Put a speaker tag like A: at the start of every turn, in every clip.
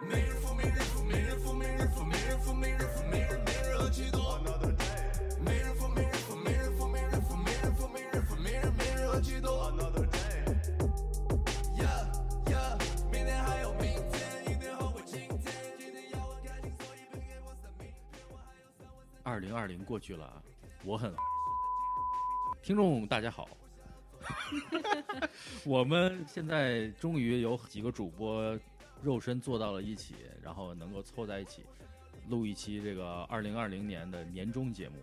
A: 没人服，没人服，没人服，没人服，没人服，没人服，没人没人喝七多。
B: Another day,
A: 没人服，没人服，没人服，没人服，没人服，没人服，没人没人喝七多。
B: another day.
A: 呀呀，明天还有明天，一定后悔今天。今天要我开心，所以别给我三明。
C: 二零二零过去了啊，我很听众大家好， 我们现在终于有几个主播肉身坐到了一起，然后能够凑在一起录一期这个二零二零年的年终节目。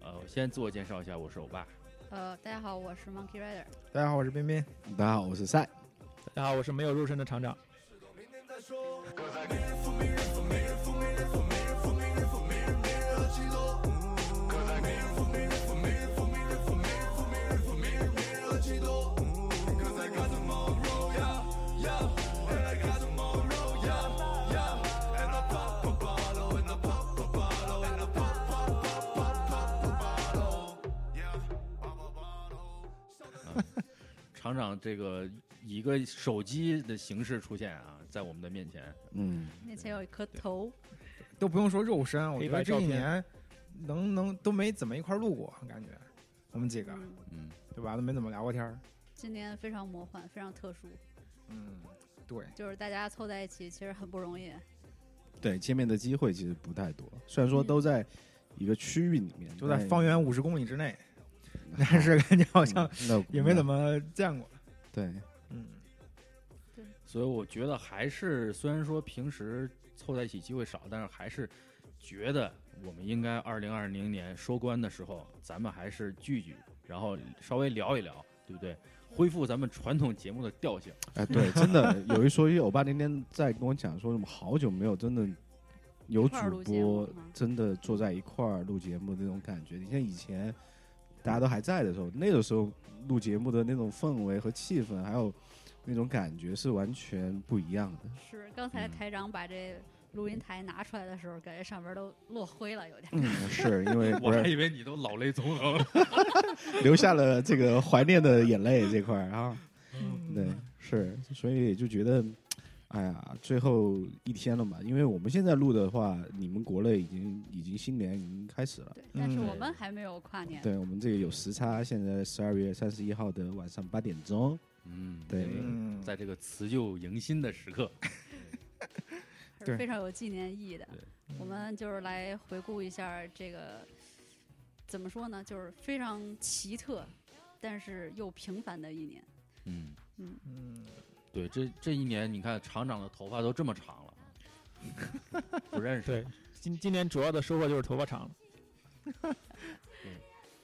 C: 呃，我先自我介绍一下，我是欧巴。
D: 呃，大家好，我是 Monkey Rider。
E: 大家好，我是彬彬。
F: 大家好，我是赛。
E: 大家好，我是没有肉身的厂长。
A: 明天再说。没人服，没人服，没人服，没人服，没人服，没人服，没人没人喝七多。没人服，没人服，没人服，没人服，没人服，没人服，没人没人喝七多。Cause I got tomorrow, yeah, yeah, and I got tomorrow, yeah, yeah, and I pop a bottle, and I pop a bottle, and I pop pop pop pop pop a bottle, yeah, pop a bottle.
C: 厂长这个以一个手机的形式出现啊，在我们的面前，
F: 嗯，
D: 面前有一颗头，
E: 都不用说肉身，我
G: 黑
E: 觉
G: 白
E: 得这一
G: 照片
E: 年能能都没怎么一块儿录过，感觉我们几个
D: 嗯，
C: 嗯，
E: 对吧？都没怎么聊过天儿。
D: 今年非常魔幻，非常特殊，
E: 嗯，对，
D: 就是大家凑在一起其实很不容易。
F: 对，见面的机会其实不太多，虽然说都在一个区域里面，
E: 就在
F: 但
E: 方圆五十公里之内，
G: 嗯
E: 但是感觉好像
F: 嗯那
E: 也没怎
F: 么
E: 么见过。
F: 对，
E: 嗯，
C: 所以我觉得还是，虽然说平时凑在一起机会少，但是还是觉得我们应该二零二零年收官的时候，咱们还是聚聚，然后稍微聊一聊，对不对？恢复咱们传统节目的调 性。
F: 哎，对，真的有一说一，欧巴那天在跟我讲说，我们好久没有真的有
D: 一块儿
F: 主
D: 录节目
F: 播
D: 了
F: 真的坐在一块儿录节目的那种感觉。你像以前大家都还在的时候，那个时候录节目的那种氛围和气氛，还有那种感觉是完全不一样的。
D: 是，刚才
F: 嗯
D: 台长把这录音台拿出来的时候，感觉上边都落灰了，有点。
F: 嗯，是因为
C: 我
F: 不
C: 还
F: 是
C: 以为你都老泪纵横。
F: 留下了这个怀念的眼泪这块儿啊。
G: 嗯
D: 嗯
F: 对，是，所以就觉得，哎呀，最后一天了嘛，因为我们现在录的话，你们国内已经已经新年已经开始了。
D: 对，但是
E: 嗯
D: 我们还没有跨年。
F: 对我们这个有时差，现在十二月三十一号的晚上八点钟，
C: 嗯，
F: 对
E: 嗯
C: 在这个辞旧迎新的时刻，
D: 还是
E: 对
D: 非常有纪念意义的
C: 对。
D: 我们就是来回顾一下这个，怎么说呢，就是非常奇特，但是又平凡的一年。
C: 嗯，
E: 嗯，
C: 对，这这一年你看厂长的头发都这么长了， 不认识。
G: 对，今今年主要的收获就是头发长了。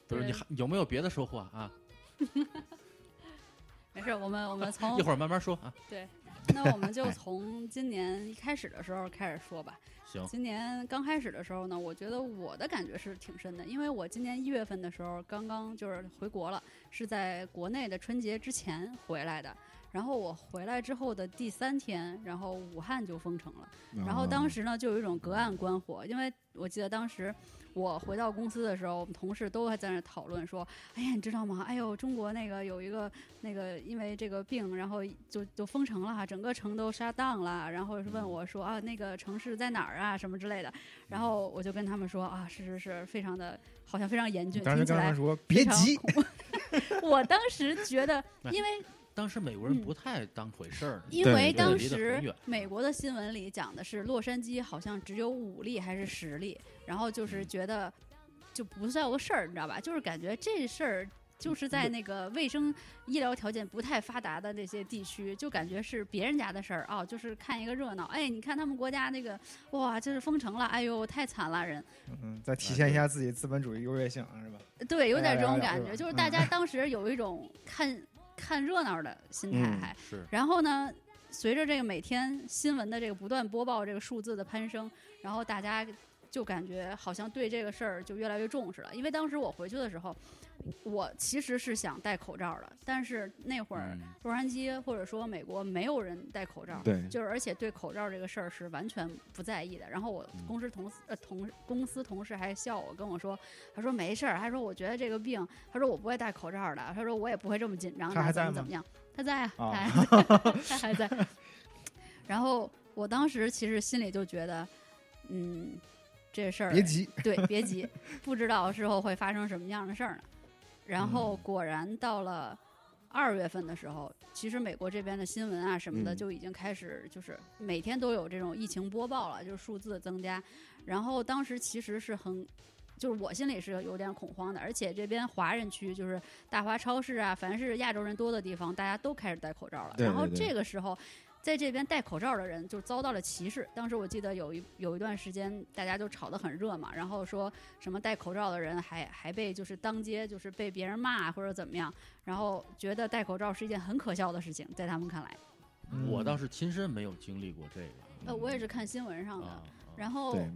C: 不是
D: 对
C: 你还有没有别的收获啊？啊
D: 没事，我们我们 从
C: 一会儿慢慢说啊。
D: 对，那我们就从今年一开始的时候开始说吧。
C: 行，
D: 今年刚开始的时候呢，我觉得我的感觉是挺深的，因为我今年一月份的时候刚刚就是回国了，是在国内的春节之前回来的。然后我回来之后的第三天，然后武汉就封城了。然
E: 哦
D: 后当
F: 时
D: 时呢，就有一种隔岸观火，因为我记得当时我回到公司的时候，我们同事都还在那讨论说：“哎呀，你知道吗？哎呦，中国那个有一个那个因为这个病，然后就就封城了哈，整个城都杀档了。”然后是问我说：“啊，那个城市在哪儿啊？什么之类的。”然后我就跟他们说：“啊，是是是，非常的，好像非常严峻，
E: 当时
D: 听起
E: 跟他
D: 来
E: 们说
D: 非
E: 别
D: 常
E: 急，
D: 恐怖。” 我当时觉 得，因为
C: 当时美国人
D: 嗯
C: 不太当回事儿，
D: 因
F: 对
D: 为
F: 对
D: 当
C: 离得很
D: 时
C: 远
D: 美国的新闻里讲的是洛杉矶好像只有五例还是十例，然后
C: 嗯
D: 就是觉得就不算个事儿，你知道吧？就是感觉这事儿就是在
C: 嗯
D: 那个卫生医疗条件不太发达的那些地区，就感觉是别人家的事儿啊，就是看一个热闹。哎，你看他们国家那个哇，就是封城了，哎呦，太惨了人。
E: 嗯，再体现一下自己资本主义优越性，是吧？
D: 对，有点这种
E: 大家
D: 感
C: 嗯
E: 聊
D: 觉，
E: 聊
D: 就是 大家当时有一种看看热闹的心态
F: 嗯
D: 还，
C: 是
D: 然后呢，随着这个每天新闻的这个不断播报这个数字的攀升，然后大家就感觉好像对这个事儿就越来越重视了。因为当时我回去的时候，我其实是想戴口罩的，但是那会儿
C: 嗯
D: 洛杉矶或者说美国没有人戴口罩，
F: 对
D: 就是而且对口罩这个事儿是完全不在意的。然后我
C: 嗯
D: 公司同事呃同公司同事还笑我，跟我说，他说没事儿，他说我觉得这个病，他说我不会戴口罩的，他说我也不会这么紧张的，
E: 他还
D: 怎么
E: 在
D: 怎么样？他在啊，
E: 哦
D: 他还在他还在。然后。我当时其实心里就觉得，嗯，这事儿
E: 别哎急，
D: 对，别急，不知道之后会发生什么样的事儿呢。然后果然到了二月份的时候，其实美国这边的新闻啊什么的
F: 嗯
D: 就已经开始，就是每天都有这种疫情播报了，就是数字增加。然后当时其实是很。就是我心里是有点恐慌的，而且这边华人区就是大华超市啊，凡是亚洲人多的地方，大家都开始戴口罩了。
F: 对
D: 然后
F: 对对
D: 这个时候，在这边戴口罩的人就遭到了歧视。当时我记得有一有一段时间，大家就吵得很热嘛，然后说什么戴口罩的人还还被就是当街就是被别人骂啊或者怎么样，然后觉得戴口罩是一件很可笑的事情，在他们看来，
C: 我
E: 当
C: 倒是亲身没有经历过这个
D: 呃，我也是看新闻上的。
C: 啊。啊
D: 然后
F: 对，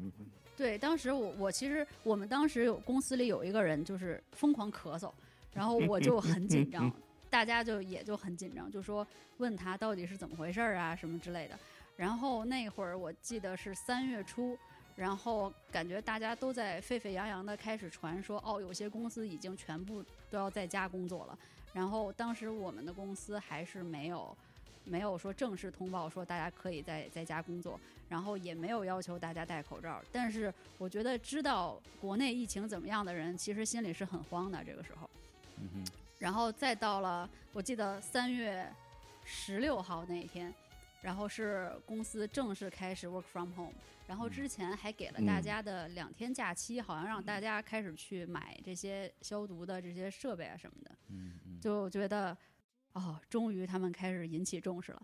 D: 对，当时我我其实我们当时有公司里有一个人就是疯狂咳嗽，然后我就很紧张，大家就也就很紧张，就说问他到底是怎么回事儿啊什么之类的。然后那会儿我记得是三月初，然后感觉大家都在沸沸扬扬的开始传说，哦，有些公司已经全部都要在家工作了。然后当时我们的公司还是没有没有说正式通报说大家可以在在家工作，然后也没有要求大家戴口罩。但是我觉得知道国内疫情怎么样的人，其实心里是很慌的。这个时候，
C: 嗯哼
D: 然后再到了我记得三月十六号那一天，然后是公司正式开始 work from home，然后之前还给了大家的两天假期，好像让大家开始去买这些消毒的这些设备啊什么的，
C: 嗯嗯
D: 就觉得哦，终于他们开始引起重视了。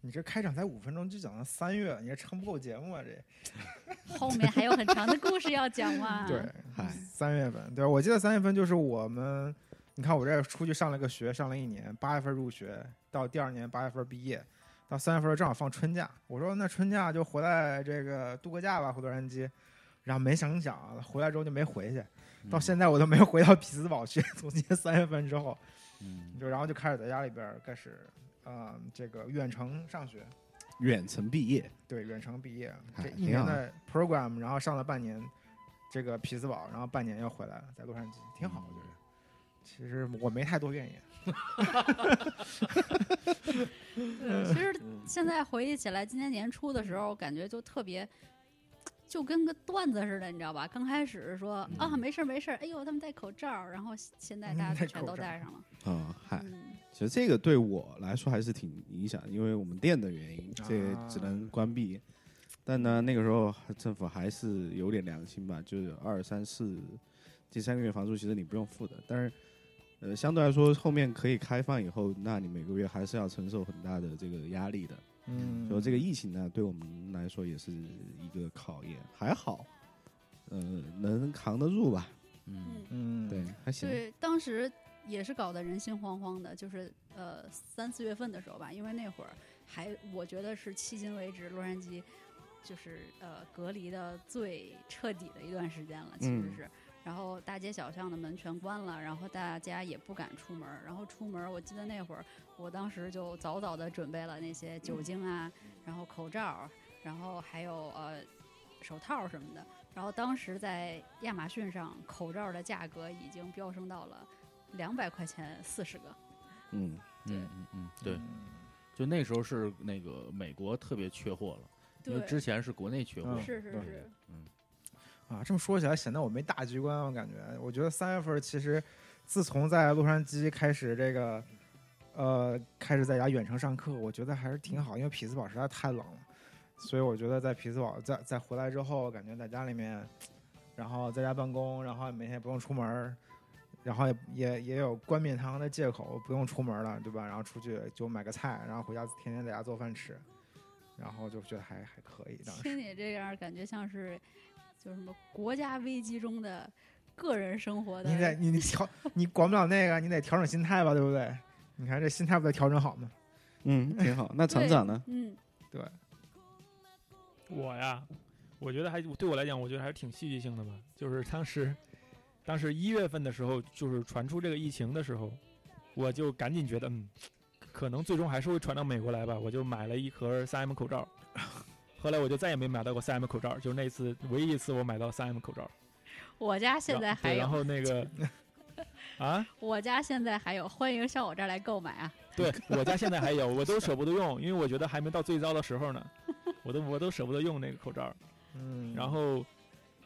E: 你这开场才五分钟就讲到三月，你这撑不够节目啊这。
D: 后面还有很长的故事要讲嘛？
E: 对，
F: 嗨，
E: 三月份，对，我记得三月份就是我们，你看我这出去上了个学，上了一年，八月份入学，到第二年八月份毕业，到三月份正好放春假，我说那春假就回来这个度个假吧，回洛杉矶，然后没想想啊回来之后就没回去，
C: 嗯，
E: 到现在我都没有回到匹兹堡去， 从今年三月份之后，
C: 嗯
E: 就然后就开始在家里边儿开始，啊、这个远程上学，
F: 远程毕业，
E: 对，远程毕业，
F: 哎
E: 这一
F: 挺
E: 年
F: 好
E: 的 program，然后上了半年这个匹兹堡，然后半年又回来了，在洛杉矶，挺好，我
F: 嗯
E: 觉得。其实我没太多怨言，
D: 对，其实现在回忆起来，今年年初的时候，感觉就特别，就跟个段子似的，你知道吧？刚开始说、啊，没事儿没事儿，哎呦，他们戴口罩儿，然后现在大家就全都戴上了。
F: 啊，嗨，
D: 嗯，
F: 其实这个对我来说还是挺影响，因为我们店的原因，这
E: 啊
F: 只能关闭。但呢，那个时候政府还是有点良心吧，就是二三四这三个月房租其实你不用付的，但是呃，相对来说后面可以开放以后，那你每个月还是要承受很大的这个压力的。
E: 嗯
F: 所以这个疫情呢，对我们来说也是一个考验，还好，呃，能扛得住吧？
C: 嗯
E: 嗯，
F: 对，还行。
D: 对，当时也是搞得人心惶惶的，就是呃三四月份的时候吧，因为那会儿还我觉得是迄今为止洛杉矶就是呃隔离的最彻底的一段时间了，其实
F: 嗯
D: 是。然后大街小巷的门全关了，然后大家也不敢出门儿。然后出门儿，我记得那会儿，我当时就早早的准备了那些酒精啊，
E: 嗯
D: 然后口罩儿，然后还有呃手套儿什么的。然后当时在亚马逊上，口罩的价格已经飙升到了两百块钱四十个。
F: 嗯，
D: 对
C: 嗯嗯嗯，对，就那时候是那个美国特别缺货了，因为之前是国内缺货，
E: 嗯
D: 是是
E: 对
D: 是，
E: 啊，这么说起来显得我没大局观，我感觉，我觉得三月份其实自从在洛杉矶开始这个，呃，开始在家远程上课，我觉得还是挺好，因为匹兹堡实在太冷了，所以我觉得在匹兹堡再再回来之后，感觉在家里面，然后在家办公，然后每天也不用出门儿。然后也也也有冠冕堂皇的借口，不用出门了，对吧？然后出去就买个菜，然后回家天天在家做饭吃，然后就觉得还还可以。当时
D: 听你这样儿感觉像是就是什么国家危机中的个人生活的。
E: 你得你你调你管不了那个，你得调整心态吧，对不对？你看这心态不得调整好吗？
F: 嗯，挺好。那厂
D: 对
F: 长呢？
D: 嗯，
E: 对，
G: 我呀，我觉得还对我来讲，我觉得还是挺戏剧性的吧。就是当时，当时一月份的时候，就是传出这个疫情的时候，我就赶紧觉得，嗯，可能最终还是会传到美国来吧。我就买了一盒 3M 口罩，后来我就再也没买到过 3M 口罩，就是那次唯一一次我买到 3M 口罩。
D: 我家现
G: 然
D: 在还
G: 对然
D: 有，
G: 后那个啊，
D: 我家现在还有，欢迎上我这儿来购买啊。
G: 对我家现在还有，我都舍不得用，因为我觉得还没到最糟的时候呢。我都我都舍不得用那个口罩。
E: 嗯，
G: 然后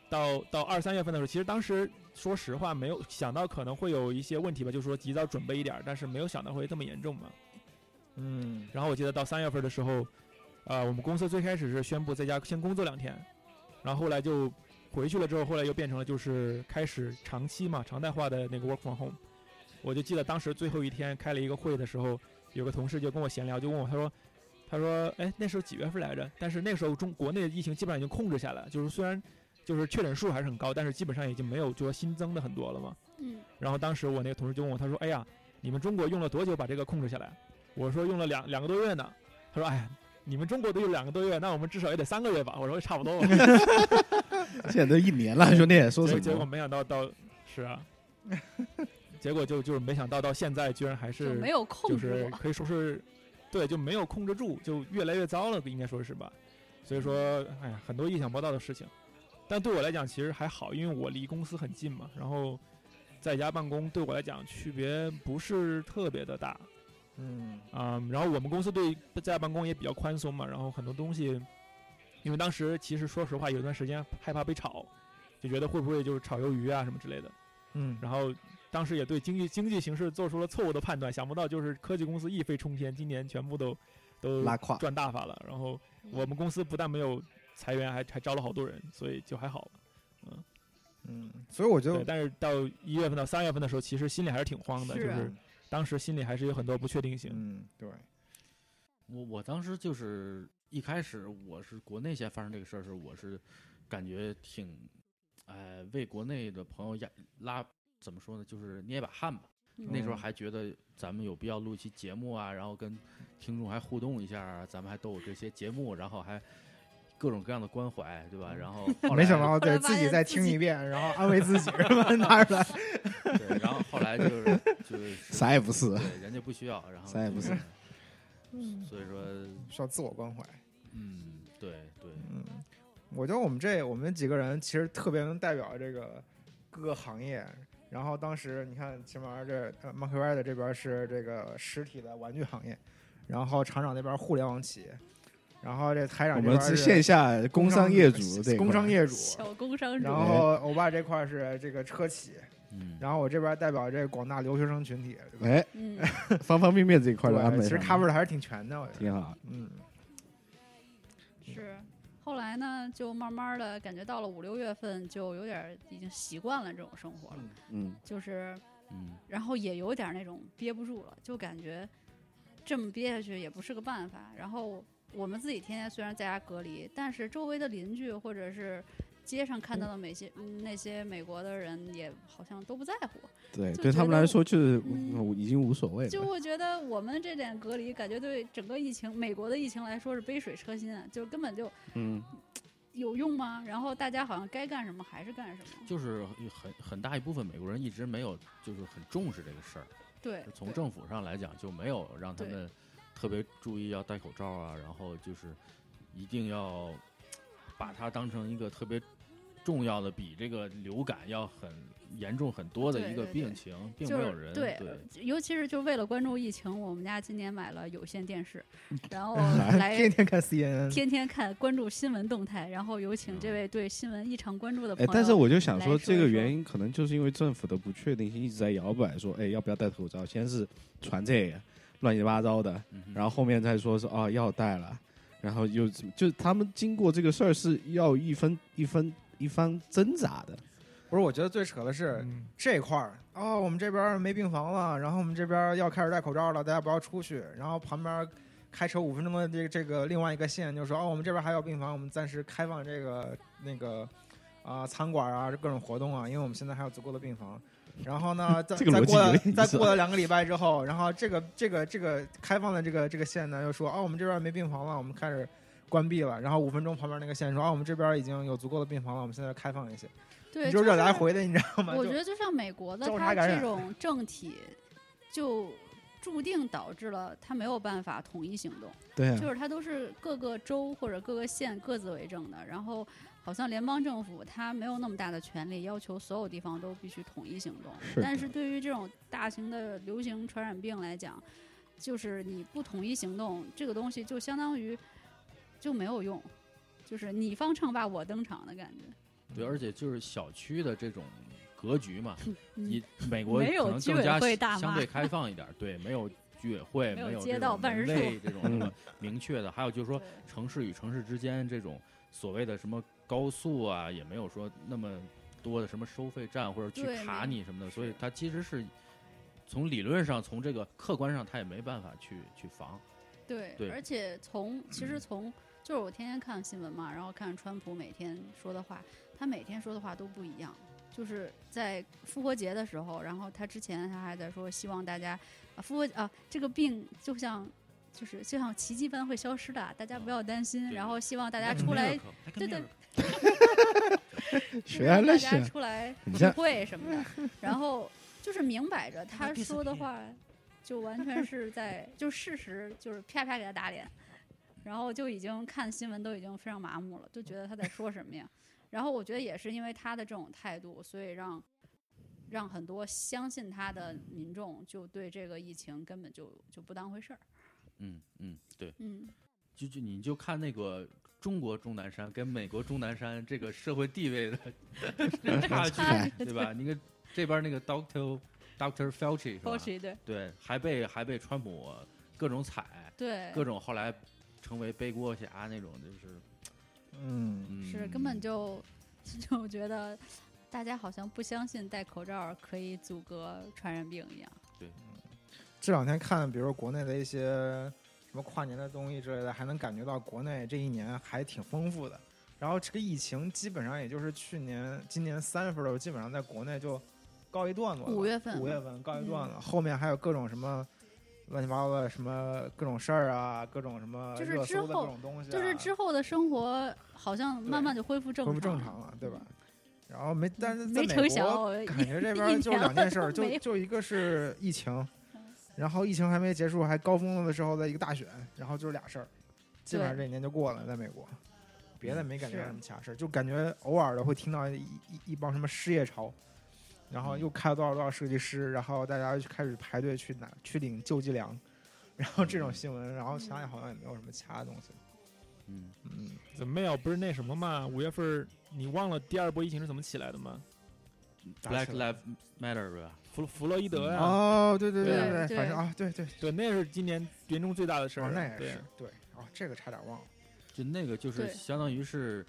G: 到到二三月份的时候，其实当时说实话没有想到可能会有一些问题吧，就是说及早准备一点儿，但是没有想到会这么严重嘛。
E: 嗯
G: 然后我记得到三月份的时候，呃，我们公司最开始是宣布在家先工作两天，然后后来就回去了之后，后来又变成了就是开始长期嘛常态化的那个 work from home。我就记得当时最后一天开了一个会的时候，有个同事就跟我闲聊，就问我，他说，他说，哎，那时候几月份来着？但是那时候中国内的疫情基本上已经控制下来了，就是虽然就是确诊数还是很高，但是基本上已经没有就说新增的很多了嘛。
D: 嗯，
G: 然后当时我那个同事就问我，他说：“哎呀，你们中国用了多久把这个控制下来？”我说：“用哎了两两个多月呢。”他说：“哎呀，你们中国都有两个多月，那我们至少也得三个月吧？”我说：“差不多吧。
F: 现在都一年了，兄弟，”说
G: 结
F: 什
G: 结果
F: 么？
G: 没想到到 是啊，结果就就是没想到到现在居然还
D: 就是没有控
G: 就是
D: 制过。
G: 可以说是对就没有控制住，就越来越糟了，应该说是吧？所以说，
D: 嗯
G: 哎呀，很多意想不到的事情。但对我来讲，其实还好，因为我离公司很近嘛，然后在家办公对我来讲区别不是特别的大。
E: 嗯
G: 嗯，然后我们公司对在家办公也比较宽松嘛，然后很多东西，因为当时其实说实话，有一段时间害怕被炒，就觉得会不会就是炒鱿鱼啊什么之类的。
E: 嗯，
G: 然后当时也对经济经济形势做出了错误的判断，想不到就是科技公司一飞冲天，今年全部都都
F: 拉胯，
G: 赚大发了。然后我们公司不但没有裁员，还还招了好多人，所以就还好。
E: 嗯，所以我觉
G: 对，
E: 得
G: 但是到一月份到三月份的时候，其实心里还是挺慌的，
D: 是
G: 就
D: 啊
G: 是当时心里还是有很多不确定性。
E: 嗯对，
C: 我我当时就是一开始我是国内先发生这个事儿的时，候，我是感觉挺，哎，为国内的朋友压拉怎么说呢，就是捏一把汗吧。那时候
E: 嗯
C: 还觉得咱们有必要录一期节目啊，然后跟听众还互动一下啊，咱们还都有这些节目，然后还各种各样的关怀，对
F: 嗯
C: 吧？ 然后后
E: 没
C: 来
E: 想到
D: 来
E: 对
D: 发
E: 自己
D: 现
E: 再
D: 自
E: 听
D: 己
E: 一遍，然后安慰自己是 吧？拿出来，
C: 对，然后后来就是 就是
F: 啥也不是。
C: 对，人家不需要，然后
F: 啥也不，
C: 就是所以说，
E: 需要自我关怀。
C: 嗯，对对，
E: 嗯，我觉得我们这我们几个人其实特别能代表这个各个行业。然后当时你看，起码这呃 m a c w a r 的这边是这个实体的玩具行业，然后厂长那边互联网企业，然后这台长
F: 我
E: 这
F: 们
E: 边
F: 是线下工商业主这一块，
E: 工商业主，
D: 小工商主
E: 然后欧巴这块儿是这个车企，
C: 嗯，
E: 然后我这边代表这广大留学生群体，对吧？
F: 哎，
D: 嗯，
F: 方方面面这一块的安
E: 对，
F: 排
E: 其实
F: 上
E: cover 的还是挺全的，我觉得。
F: 挺好。
E: 嗯
D: 是。后来呢，就慢慢的感觉到了五六月份，就有点儿已经习惯了这种生活了，
F: 嗯，
D: 就是
C: 嗯，
D: 然后也有点儿那种憋不住了，就感觉这么憋下去也不是个办法。然后我们自己天天虽然在家隔离，但是周围的邻居或者是街上看到的每些、嗯那些美国的人也好像都不在乎，
F: 对，
D: 就
F: 对
D: 觉
F: 他们
D: 得
F: 来说就是
D: 嗯
F: 已经无所谓
D: 就
F: 了。
D: 我觉得我们这点隔离，感觉对整个疫情美国的疫情来说是杯水车薪，啊，就根本就
F: 嗯，
D: 有用吗？然后大家好像该干什么还是干什么，
C: 就是很很大一部分美国人一直没有就是很重视这个事儿，
D: 对，
C: 从
D: 对
C: 政府上来讲就没有让他
D: 对
C: 们特别注意要戴口罩啊，然后就是一定要把它当成一个特别重要的，比这个流感要很严重很多的
D: 对
C: 一个
D: 对
C: 病情，并
D: 就
C: 没
D: 是
C: 有人
D: 对
C: 对
D: 尤其是就为了关注疫情，我们家今年买了有线 电视，然后
C: 哎
D: 来
E: 天天看 CNN，
D: 天天看关注新闻动态，然后有请这位对新闻异常关注的朋
F: 哎
D: 友。，
F: 但是我就想
D: 来
F: 说，
D: 说
F: 这个
D: 一说
F: 原因可能就是因为政府的不确定性一直在摇摆，说，哎，要不要戴口罩？先是传这个乱七八糟的，
C: 嗯哼
F: 然后后面再说是啊要戴了，然后又就他们经过这个事儿是要一分一分一番挣扎的。
E: 不是，我觉得最扯的是
G: 嗯，
E: 这块儿哦，我们这边儿没病房了，然后我们这边儿要开始戴口罩了，大家不要出去。然后旁边儿开车五分钟的这个这个另外一个县就说哦，我们这边儿还有病房，我们暂时开放这个那个啊、餐馆啊各种活动啊，因为我们现在还有足够的病房。然后呢，再
F: 这个
E: 再
F: 逻辑
E: 过
F: 有
E: 了
F: 点意思
E: 再
F: 啊
E: 过了两个礼拜之后，然后这个这个这个开放的这个这个县呢又说哦，我们这边儿没病房了，我们开始关闭了。然后五分钟旁边儿那个县说哦，我们这边儿已经有足够的病房了，我们现在开放一些。
D: 对，
E: 你就是这来。回的，你知道吗？
D: 我
E: 就
D: 觉得就像美国的，
E: 交叉
D: 它
E: 感染
D: 这种政体就注定导致了它没有办法统一行动，
F: 对啊，
D: 就是它都是各个州或者各个县各自为政的，然后。好像联邦政府它没有那么大的权利要求所有地方都必须统一行动，
F: 是
D: 但
F: 的
D: 是对于这种大型的流行传染病来讲，就是你不统一行动，这个东西就相当于就没有用，就是你方唱罢我登场的感觉。
C: 对，而且就是小区的这种格局嘛，
D: 嗯
C: 你美国
D: 没有
C: 可能
D: 居
C: 更
D: 委
C: 加
D: 会大
C: 相
D: 妈
C: 对开放一点儿，对，没有居委会，
D: 没有
C: 没有
D: 街
C: 这
D: 道
C: 种
D: 办
C: 门
D: 事处
C: 卫这种什么明确的，还有就是说
D: 对
C: 城市与城市之间这种所谓的什么高速啊，也没有说那么多的什么收费站或者去
D: 对没
C: 卡
D: 有
C: 你什么的，所以它其实是从理论上，从这个客观上，它也没办法去去防。
D: 对，
C: 对嗯
D: 而且从其实从就是我天天看新闻嘛，然后看川普每天说的话，他每天说的话都不一样。就是在复活节的时候，然后他之前他还在说希望大家啊复活啊这个病就像就是就像奇迹般会消失的，大家不要担心，
C: 啊对
D: 然后希望大家
C: Like a
D: 出来
C: miracle，
D: 对对，
F: 学了啊
D: 大家
F: 学，
D: 出来
F: 你
D: 聚
F: 像
D: 会什 么的，然后就是明摆着他说的话，就完全是在就是事实，就是啪啪给他打脸，然后就已经看新闻都已经非常麻木了，就觉得他在说什么呀。然后我觉得也是因为他的这种态度，所以让让很多相信他的民众就对这个疫情根本就就不当回事儿。
C: 嗯嗯，对，
D: 嗯，
C: 就就你就看那个中国钟南山跟美国钟南山这个社会地位的这差
D: 差
C: 距，对吧？你看这边那个 Doctor Doctor Fauci 是吧
D: 包起一对
C: 对，还被还被川普各种踩，
D: 对，
C: 各种后来成为背锅侠那种，就是、
E: 嗯，
C: 嗯、
D: 是根本就 就觉得大家好像不相信戴口罩可以阻隔传染病一样。
E: 这两天看，比如说国内的一些什么跨年的综艺之类的，还能感觉到国内这一年还挺丰富的。然后这个疫情基本上也就是去年、今年三月份的时候，基本上在国内就告一段落了吧。
D: 五月份嗯
E: 五月份告一段落，后面还有各种什么乱七八糟的什么各种事儿啊，各种什么
D: 就是
E: 热
D: 之
E: 搜的
D: 后
E: 各种东西、啊，
D: 就是之后的生活好像慢慢就恢复正常，嗯
E: 恢复正常了，对吧？然后没，但是在
D: 没
E: 美
D: 成
E: 国
D: 想，我
E: 感觉这边
D: 一
E: 就
D: 年
E: 两件
D: 了
E: 事儿，
D: 都没有
E: 就
D: 嗯
E: 就一个是疫情，然后疫情还没结束，还高峰的时候的一个大选，然后就是俩事儿，基本上这一年就过了，在美国，别的没感觉
D: 是
E: 什么其他事儿，就感觉偶尔的会听到一一一帮什么失业潮，然后又
D: 嗯
E: 开了多少多少设计师，然后大家就开始排队去拿去领救济粮，然后
D: 嗯
E: 这种新闻，然后其他好像也没有什么其他的东西，
C: 嗯
E: 嗯，
G: 怎么有不是那什么嘛？五月份儿你忘了第二波疫情是怎么起来的吗？
C: Black Lives Matter 是吧？
G: 弗弗洛伊德呀、
E: 哦，对对
D: 对
E: 对，
D: 对
E: 反正啊，对对，
G: 对，那是今年年中最大的事儿、
E: 哦，那也
G: 对
E: 是，对，哦，这个差点忘了，
C: 就那个就是
D: 对
C: 相当于是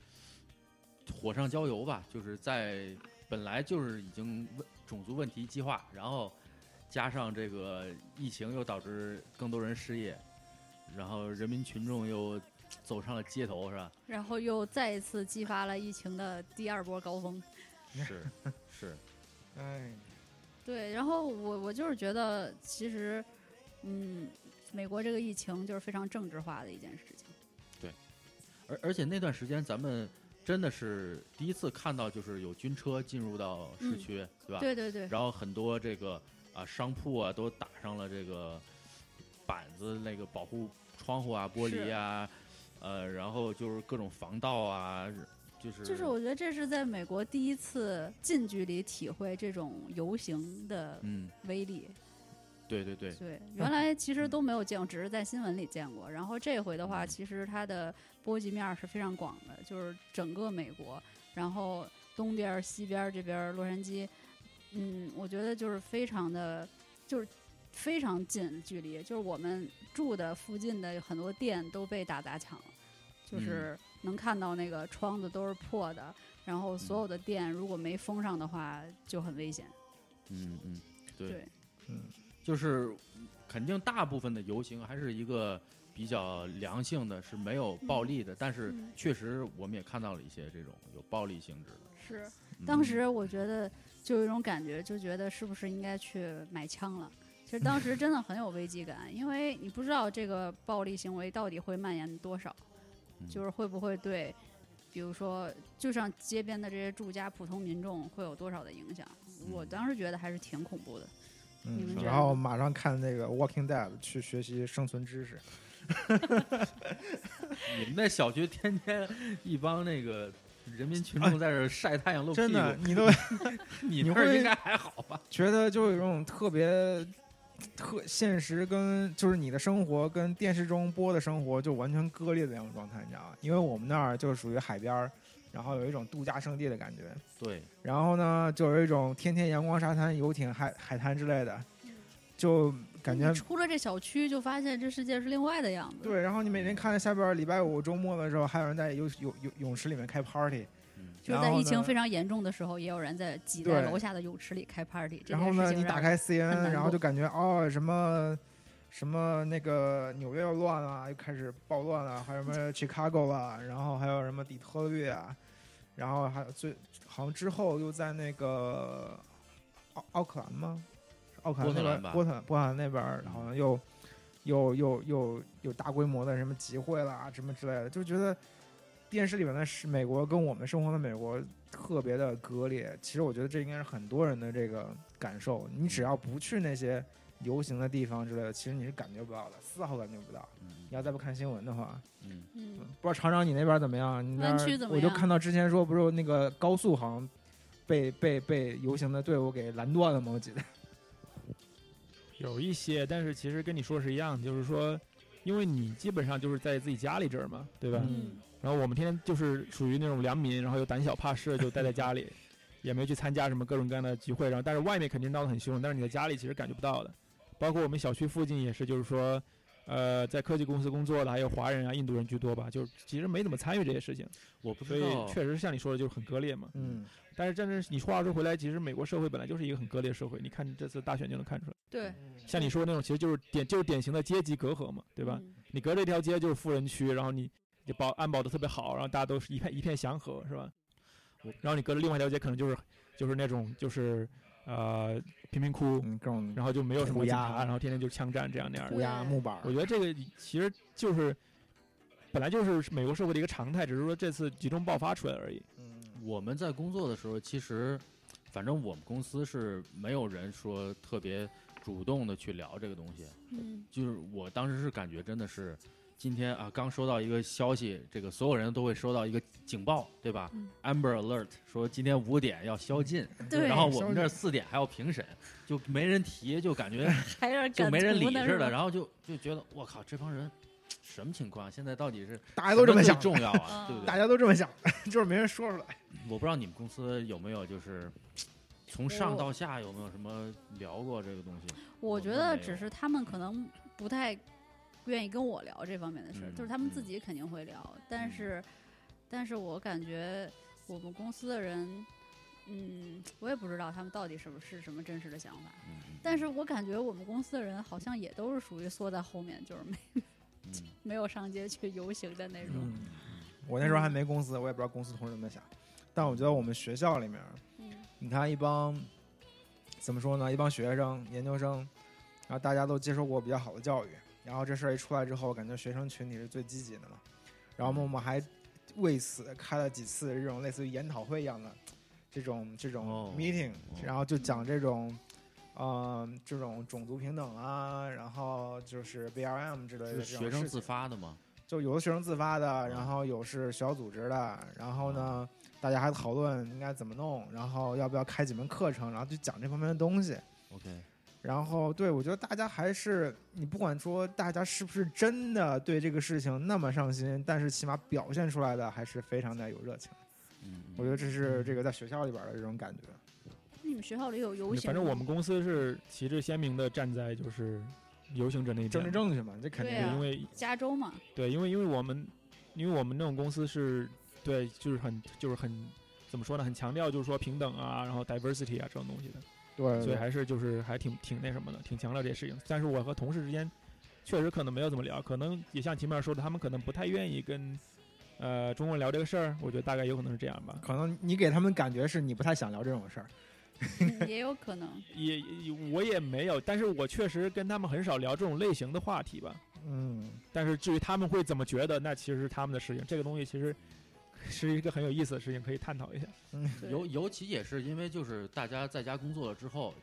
C: 火上浇油吧，就是在本来就是已经问种族问题激化，然后加上这个疫情又导致更多人失业，然后人民群众又走上了街头，是吧？
D: 然后又再一次激发了疫情的第二波高峰。
C: 是是，
E: 哎，
D: 对，然后我我就是觉得，其实，嗯，美国这个疫情就是非常政治化的一件事情。
C: 而而且那段时间咱们真的是第一次看到，就是有军车进入到市
D: 嗯
C: 区，对吧？
D: 对对 对，
C: 然后很多这个啊商铺啊都打上了这个板子，那个保护窗户啊、玻璃啊，呃，然后就是各种防盗啊，就是
D: 就是我觉得这是在美国第一次近距离体会这种游行的
C: 嗯，
D: 威力。
C: 对对对，
D: 对，原来其实都没有见过，只是在新闻里见过。然后这回的
C: 嗯
D: 话，其实它的波及面儿是非常广的，就是整个美国，然后东边儿、西边儿这边儿洛杉矶，嗯，我觉得就是非常的，就是非常近距离，就是我们住的附近的有很多店都被打砸抢了，
C: 嗯
D: 就是能看到那个窗子都是破的，然后所有的店如果没封上的话就很危险。
C: 嗯嗯，对，
D: 对
E: 嗯
C: 就是肯定大部分的游行还是一个。比较良性的是没有暴力的，但是
D: 嗯
C: 确实我们也看到了一些这种有暴力性质的。
D: 是。
C: 嗯
D: 当时我觉得就有一种感觉，就觉得是不是应该去买枪了。其实当时真的很有危机感，因为你不知道这个暴力行为到底会蔓延多少，
C: 嗯
D: 就是会不会对，比如说就像街边的这些住家普通民众会有多少的影响。我
C: 嗯
D: 当时觉得还是挺恐怖的。你们
E: 嗯
D: 觉，得
E: 然后马上看那个《Walking Dead》去学习生存知识，
C: 你们那小学天天一帮那个人民群
D: 啊
C: 众在这儿晒太阳露屁股，
E: 真的，你都
C: 你
E: 你
C: 那儿
E: 会
C: 应该还好吧？
E: 觉得就有一种特别特现实跟就是你的生活跟电视中播的生活就完全割裂的那种状态，你知道吗？因为我们那儿就是属于海边儿，然后有一种度假胜地的感觉，
C: 对，
E: 然后呢，就有一种天天阳光、沙滩、游艇、海海滩之类的，就感觉
D: 你出了这小区，就发现这世界是另外的样子。
E: 对。然后你每天看着下边儿礼拜五周末的时候，还有人在游游游泳池里面开 party，
C: 嗯，
D: 就是
E: 然
D: 在
E: 后
D: 疫情
E: 呢
D: 非常严重的时候，也有人在挤在
E: 对
D: 楼下的泳池里开 party。
E: 然后呢，你打开 CNN，
D: 很难
E: 然后
D: 过
E: 就感觉哦什么。什么那个纽约要乱啊，又开始暴乱啊，还有什么 Chicago 啦，然后还有什么底特律啊，然后还有最好像之后又在那个奥奥克兰吗？是奥克兰
C: 波
E: 那
C: 特兰
E: 边，
C: 吧嗯
E: 波特兰波特兰那边儿好像又又又又有大规模的什么集会啦，什么之类的，就觉得电视里面的是美国跟我们生活的美国特别的割裂。其实我觉得这应该是很多人的这个感受。你只要不去那些游行的地方之类的，其实你是感觉不到的，丝毫感觉不到。
C: 嗯
E: 你要再不看新闻的话，
C: 嗯，
D: 嗯，
E: 不知道厂长你那边怎么样？你那边
D: 湾区怎么
E: 我就
D: 样
E: 看到之前说不是有那个高速好像被被被游行的队伍给拦断了吗？我记得。
G: 有一些，但是其实跟你说是一样，就是说，因为你基本上就是在自己家里这儿嘛，对吧？
D: 嗯
G: 然后我们天天就是属于那种良民，然后又胆小怕事，就待在家里，也没去参加什么各种各样的聚会。然后，但是外面肯定闹得很凶，但是你在家里其实感觉不到的。包括我们小区附近也是，就是说，呃，在科技公司工作的还有华人啊、印度人居多吧，就是其实没怎么参与这些事情，
C: 我不
G: 所
C: 知
G: 以
C: 道，
G: 确实像你说的，就是很割裂嘛。
E: 嗯，
G: 但是，但是你话说回来，其实美国社会本来就是一个很割裂社会，你看这次大选就能看出来。
D: 对，
E: 嗯
G: 像你说的那种，其实就是典就是典型的阶级隔阂嘛，对吧？
D: 嗯
G: 你隔着一条街就是富人区，然后你就保安保的特别好，然后大家都是一片一片祥和，是吧
C: 我？
G: 然后你隔着另外一条街，可能就是就是那种就是呃贫民窟，
E: 嗯，各种
G: 然后就没有什
E: 涂
G: 么警
E: 鸦
G: 察，然后天天就枪战这样那样的
E: 涂。鸦
D: 对
E: 木板儿，
G: 我觉得这个其实就是本来就是美国社会的一个常态，只是说这次集中爆发出来而已。
E: 嗯
C: 我们在工作的时候，其实反正我们公司是没有人说特别主动的去聊这个东西，
D: 嗯
C: 就是我当时是感觉真的是，今天啊刚收到一个消息，这个所有人都会收到一个警报，对吧、
D: 嗯
C: a m b e r Alert 说今天五点要宵禁，
E: 嗯
D: 对
C: 然后我
E: 宵
C: 们
E: 禁
C: 这儿四点还要评审，就没人提，就感觉
D: 还有点
C: 就没人理
D: 赶图呢
C: 似
D: 是
C: 的，
D: 吧
C: 然后就就觉得我靠这帮人什么情况？现在到底是
E: 大家都这么
C: 什
E: 想
C: 最，重要啊，
D: 嗯
C: 对不
E: 大
C: 对？
E: 家都这么想，就是没人说出来。
C: 我不知道你们公司有没有就是。从上
D: 我
C: 到下有没有什么聊过这个东西？
D: 我
C: 我
D: 觉
C: 们
D: 得
C: 没有
D: 只是他们可能不太愿意跟我聊这方面的事儿，
C: 嗯
D: 就是他们自
C: 嗯
D: 己肯定会聊，但
C: 嗯
D: 是，但是我感觉我们公司的人，嗯，我也不知道他们到底是不是什么真实的想法，
C: 嗯
D: 但是我感觉我们公司的人好像也都是属于缩在后面，就是没
C: 嗯
D: 没有上街去游行的那种。
E: 嗯，我那时候还没公司，我也不知道公司同事怎么想，但我觉得我们学校里面，
D: 嗯
E: 你看一帮怎么说呢，一帮学生、研究生，然后大家都接受过比较好的教育，然后这事儿一出来之后，感觉学生群体是最积极的嘛，然后我们还为此开了几次这种类似于研讨会一样的这种这
C: 哦
E: 种 meeting，、
C: 哦
E: 然后就讲这种。嗯，这种种族平等啊，然后就是 BLM 之类的
C: 是
E: 这
C: 学
E: 种
C: 生
E: 事
C: 自
E: 情
C: 发的吗？
E: 就有的学生自发的，然后有是学校组织的，然后呢，大家还讨论应该怎么弄，然后要不要开几门课程，然后就讲这方面的东西。
C: OK，
E: 然后，对我觉得大家还是你不管说大家是不是真的对这个事情那么上心，但是起码表现出来的还是非常的有热情。
C: 嗯，嗯
E: 我觉得这是这个在学校里边的这种感觉。
D: 那你们学校里有游行吗？
G: 反正我们公司是旗帜鲜明的站在就是游行者那一边
E: 政
G: 嘛，
E: 治正确嘛，这肯定
D: 对啊
G: 因为
D: 加 州嘛，
G: 对，因为因为我们，因为我们那种公司是，对，就是很就是很怎么说呢，很强调就是说平等啊，然后 diversity 啊这种东西的，
E: 对
G: 所以还是就是还挺挺那什么的，挺强调这些事情。但是我和同事之间确实可能没有怎么聊，可能也像前面说的，他们可能不太愿意跟呃中国人聊这个事儿，我觉得大概有可能是这样吧。
E: 可能你给他们感觉是你不太想聊这种事儿。
D: 嗯也有可能。
G: 也也我也没有，但是我确实跟他们很少聊这种类型的话题吧。
E: 嗯，
G: 但是至于他们会怎么觉得，那其实是他们的事情。这个东西其实是一个很有意思的事情，可以探讨一下。
D: 对
C: 尤尤其也是因为就是大家在家工作了之后，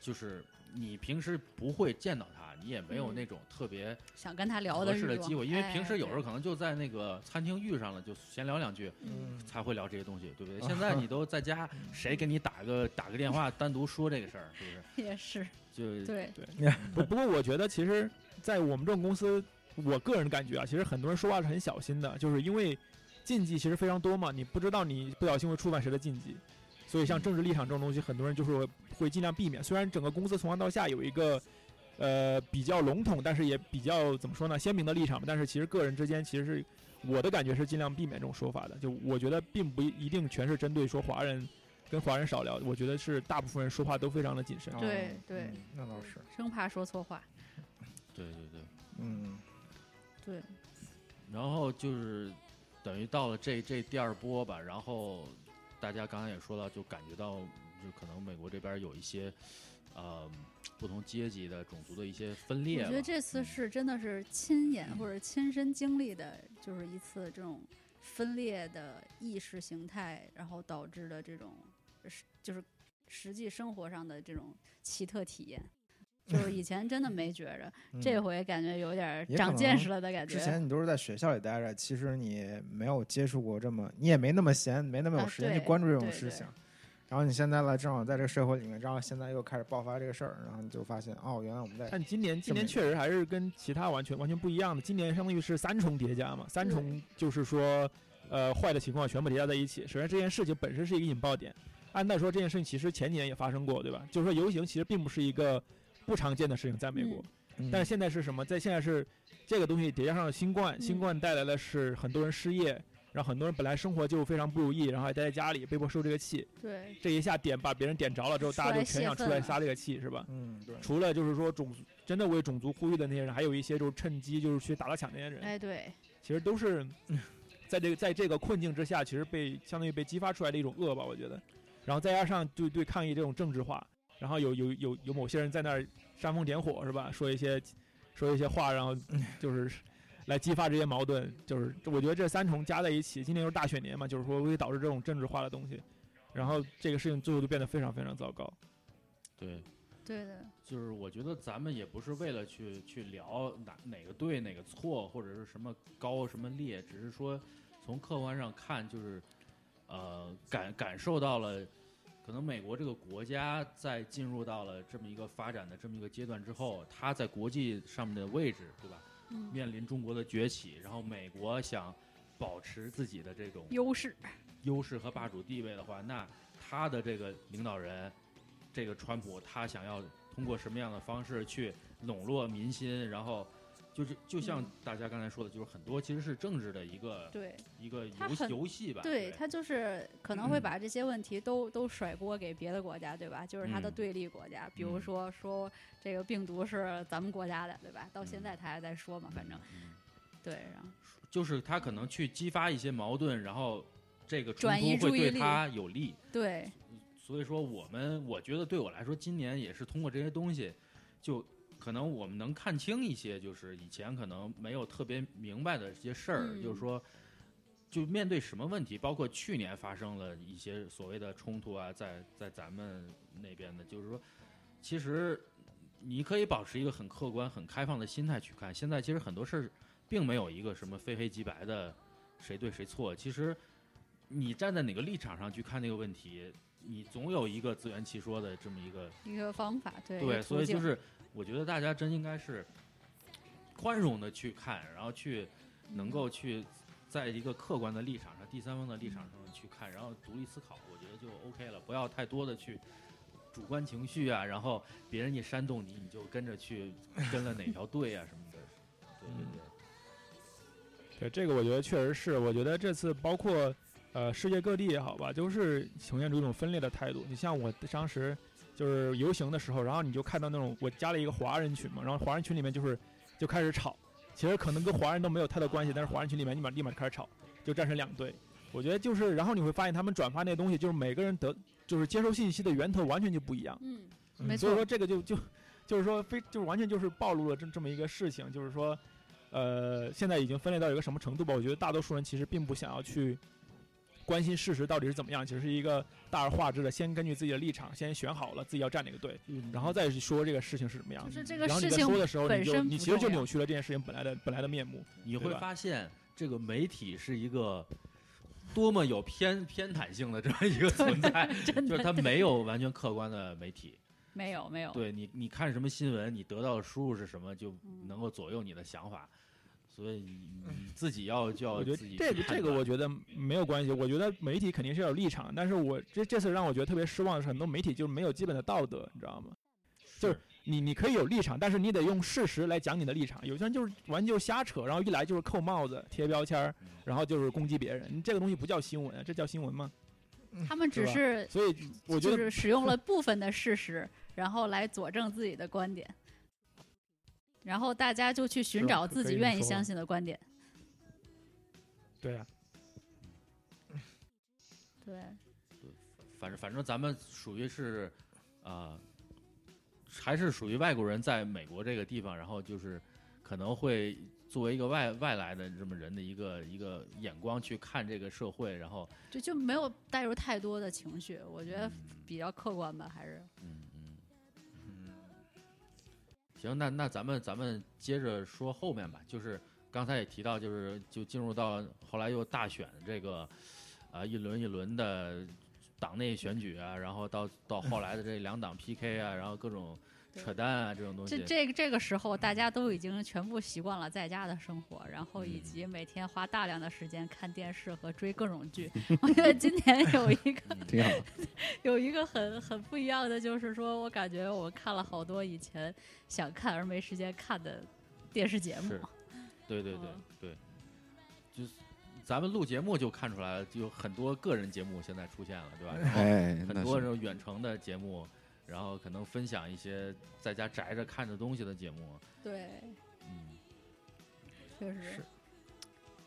C: 就是你平时不会见到他，你也没有
D: 嗯
C: 那种特别
D: 想跟他聊
C: 合
D: 的
C: 适的
D: 欲望
C: 机会，因为
D: 哎
C: 平时有时候
D: 对
C: 可能就在那个餐厅遇上了，就闲聊两句
D: 嗯
C: 才会聊这些东西，对不对？现在你都在家，谁跟你打个打个电话单独说这个事儿，是不是？
D: 也是
C: 就
D: 对，
G: 不不过我觉得其实，在我们这种公司，我个人感觉啊，其实很多人说话是很小心的，就是因为禁忌其实非常多嘛，你不知道你不小心会触犯谁的禁忌，所以像政治立场这种东西，很多人就是会会尽量避免。虽然整个公司从上到下有一个。呃，比较笼统，但是也比较怎么说呢，鲜明的立场吧。但是其实个人之间，其实是我的感觉是尽量避免这种说法的。就我觉得并不一定全是针对说华人跟华人少聊，我觉得是大部分人说话都非常的谨慎。
D: 对对，
E: 嗯那倒是，
D: 生怕说错话。
C: 对对对。
E: 嗯，
D: 对，
C: 然后就是等于到了这这第二波吧，然后大家刚才也说到，就感觉到就可能美国这边有一些呃不同阶级的种族的一些分裂
D: 我
C: 吧。
D: 觉得这次
C: 嗯
D: 是真的是亲眼
E: 嗯
D: 或者亲身经历的，就是一次这种分裂的意识形态，然后导致的这种是就是实际生活上的这种奇特体验。 就是以前真的没觉着，这
E: 嗯
D: 回感觉有点儿
E: 也
D: 长
E: 可
D: 见
E: 能
D: 识了的感觉。
E: 之前你都是在学校里待着，其实你没有接触过这么，你也没那么闲，没那么
D: 啊
E: 有时间
D: 对
E: 去关注这种
D: 对
E: 事
D: 对
E: 情。然后你现在来正好在这个社会里面，然后现在又开始爆发这个事儿，然后你就发现哦，原来我们在
G: 但今年今年
E: 这
G: 确实还是跟其他完全完全不一样的，今年相当于是三重叠加嘛，三重就是说，呃，坏的情况全部叠加在一起。首先这件事情本身是一个引爆点，按道理说这件事情其实前几年也发生过，对吧？就是说游行其实并不是一个不常见的事情，在美国，
E: 嗯
G: 但是现在是什么？在现在是这个东西叠加上新冠，
D: 嗯
G: 新冠带来的是很多人失业，然后很多人本来生活就非常不如意，然后还待在家里被迫受这个气，
D: 对
G: 这一下点把别人点着了之后，大家就全想出来撒这个气，是吧？
E: 嗯，对，
G: 除了就是说种族真的为种族呼吁的那些人，还有一些就是趁机就是去打砸抢那些人，
D: 哎对，
G: 其实都是在这个在这个困境之下，其实被相当于被激发出来的一种恶吧，我觉得。然后再加上对对抗议这种政治化，然后有有有有某些人在那儿煽风点火是吧？说一些说一些话，然后就是来激发这些矛盾，就是我觉得这三重加在一起，今年又是大选年嘛，就是说会导致这种政治化的东西，然后这个事情最后就变得非常非常糟糕。
C: 对，
D: 对的，
C: 就是我觉得咱们也不是为了去去聊哪哪个对哪个错，或者是什么高什么劣，只是说从客观上看，就是呃感感受到了，可能美国这个国家在进入到了这么一个发展的这么一个阶段之后，它在国际上面的位置，对吧？
D: 嗯，
C: 面临中国的崛起，然后美国想保持自己的这种
D: 优势，
C: 优势和霸主地位的话，那他的这个领导人，这个川普，他想要通过什么样的方式去笼络民心，然后就是就像
D: 嗯
C: 大家刚才说的，就是很多其实是政治的一个
D: 对
C: 一个
D: 他
C: 游戏
D: 很
C: 游戏吧，对
D: 对他就是可能会把这些问题都、都甩锅给别的国家，对吧？就是他的
C: 嗯
D: 对立国家，比如
C: 嗯
D: 说说这个病毒是咱们国家的，对吧？到现
C: 嗯
D: 在他还在说嘛，反正
C: 嗯
D: 对，然后
C: 就是他可能去激发一些矛盾，然后这个冲
D: 转移
C: 突
D: 注
C: 会
D: 意
C: 对
D: 力
C: 他有利。
D: 对
C: 所以说，我们我觉得对我来说，今年也是通过这些东西，就可能我们能看清一些，就是以前可能没有特别明白的这些事儿，
D: 嗯
C: 就是说，就面对什么问题，包括去年发生了一些所谓的冲突啊，在在咱们那边的，就是说，其实你可以保持一个很客观、很开放的心态去看。现在其实很多事儿并没有一个什么非黑即白的谁对谁错，其实你站在哪个立场上去看这个问题，你总有一个自圆其说的这么一个
D: 一个方法，对一
C: 对，
D: 个
C: 所
D: 途
C: 以就
D: 径
C: 是我觉得大家真应该是宽容的去看，然后去
D: 嗯
C: 能够去在一个客观的立场上、第三方的立场上
D: 嗯
C: 去看，然后独立思考，我觉得就 OK 了，不要太多的去。主观情绪啊，然后别人一煽动你，你就跟着 去跟了哪条队啊什么的，对
D: 嗯
C: 对对，
G: 对，这个我觉得确实是，我觉得这次包括呃世界各地也好吧，都是呈现出一种分裂的态度。你像我当时就是游行的时候，然后你就看到那种我加了一个华人群嘛，然后华人群里面就是就开始吵，其实可能跟华人都没有太大关系，但是华人群里面立马立马就开始吵，就站成两队。我觉得就是，然后你会发现他们转发那东西，就是每个人得就是接收信息的源头完全就不一样。
D: 嗯，
E: 嗯
D: 没
G: 所以
D: 错
G: 说，这个就就就是说非就是完全就是暴露了这这么一个事情，就是说，呃，现在已经分裂到一个什么程度吧？我觉得大多数人其实并不想要去关心事实到底是怎么样，其实是一个大而化之的，先根据自己的立场先选好了自己要站哪个队，
D: 嗯
G: 然后再去说这个事情是什么样
D: 就
G: 的。
D: 是
C: 嗯
D: 这个
G: 然后
D: 事
G: 你在
D: 情
G: 说的时候，
D: 本
G: 你就
D: 身不
G: 你其实就
D: 重要
G: 扭曲了这件事情本来的本来的面目。
C: 你会
G: 对吧
C: 发现这个媒体是一个多么有偏偏袒性的这么一个存在，
D: 真
C: 就
D: 的
C: 是它没有完全客观的媒体。
D: 没有没有，
C: 对你，你看什么新闻，你得到的输入是什么，就
D: 嗯
C: 能够左右你的想法。所以你你自己要就要
G: 我觉
C: 自
G: 得
C: 己
G: 这
C: 去
G: 个
C: 判
G: 这个
C: 断
G: 我觉得没有关系，我觉得媒体肯定是有立场，但是我这这次让我觉得特别失望的是，很多媒体就是没有基本的道德，你知道吗？就是你你可以有立场，但是你得用事实来讲你的立场。有些人就是完全就是瞎扯，然后一来就是扣帽子、贴标签儿
C: 嗯，
G: 然后就是攻击别人，你这个东西不叫新闻，这叫新闻吗？
D: 他们只
G: 对吧
D: 是
G: 所以我觉
D: 就
G: 得
D: 是使用了部分的事实，然后来佐证自己的观点，然后大家就去寻
G: 是吧
D: 找
G: 可
D: 自
G: 可
D: 己
G: 以这么
D: 愿意
G: 说
D: 相
G: 吧
D: 信的观点。
G: 对啊，
D: 对，
C: 反正反正咱们属于是，呃，还是属于外国人在美国这个地方，然后就是可能会作为一个外外来的这么人的一个一个眼光去看这个社会，然后
D: 就就没有带入太多的情绪，我觉得
C: 嗯
D: 比较客观吧，还是
C: 嗯嗯行，那那咱们咱们接着说后面吧，就是刚才也提到，就是就进入到后来又大选这个，啊、一轮一轮的党内选举啊，然后到到后来的这两党 PK 啊，然后各种
D: 对
C: 扯淡啊这种东西
D: 这，这个这个时候
G: 嗯
D: 大家都已经全部习惯了在家的生活，然后以
C: 嗯
D: 及每天花大量的时间看电视和追各种剧。 我觉得今年有一个
C: 嗯
F: 挺好。
D: 有一个很很不一样的，就是说我感觉我看了好多以前想看而没时间看的电视节目
C: 是。对对对
D: 嗯
C: 对，就是咱们录节目就看出来了，就有很多个人节目现在出现了，对吧？然后
F: 哎，
C: 很
F: 那
C: 多
F: 是
C: 这种远程的节目，然后可能分享一些在家宅着看着东西的节目，
D: 对，
C: 嗯，
D: 确实。
E: 是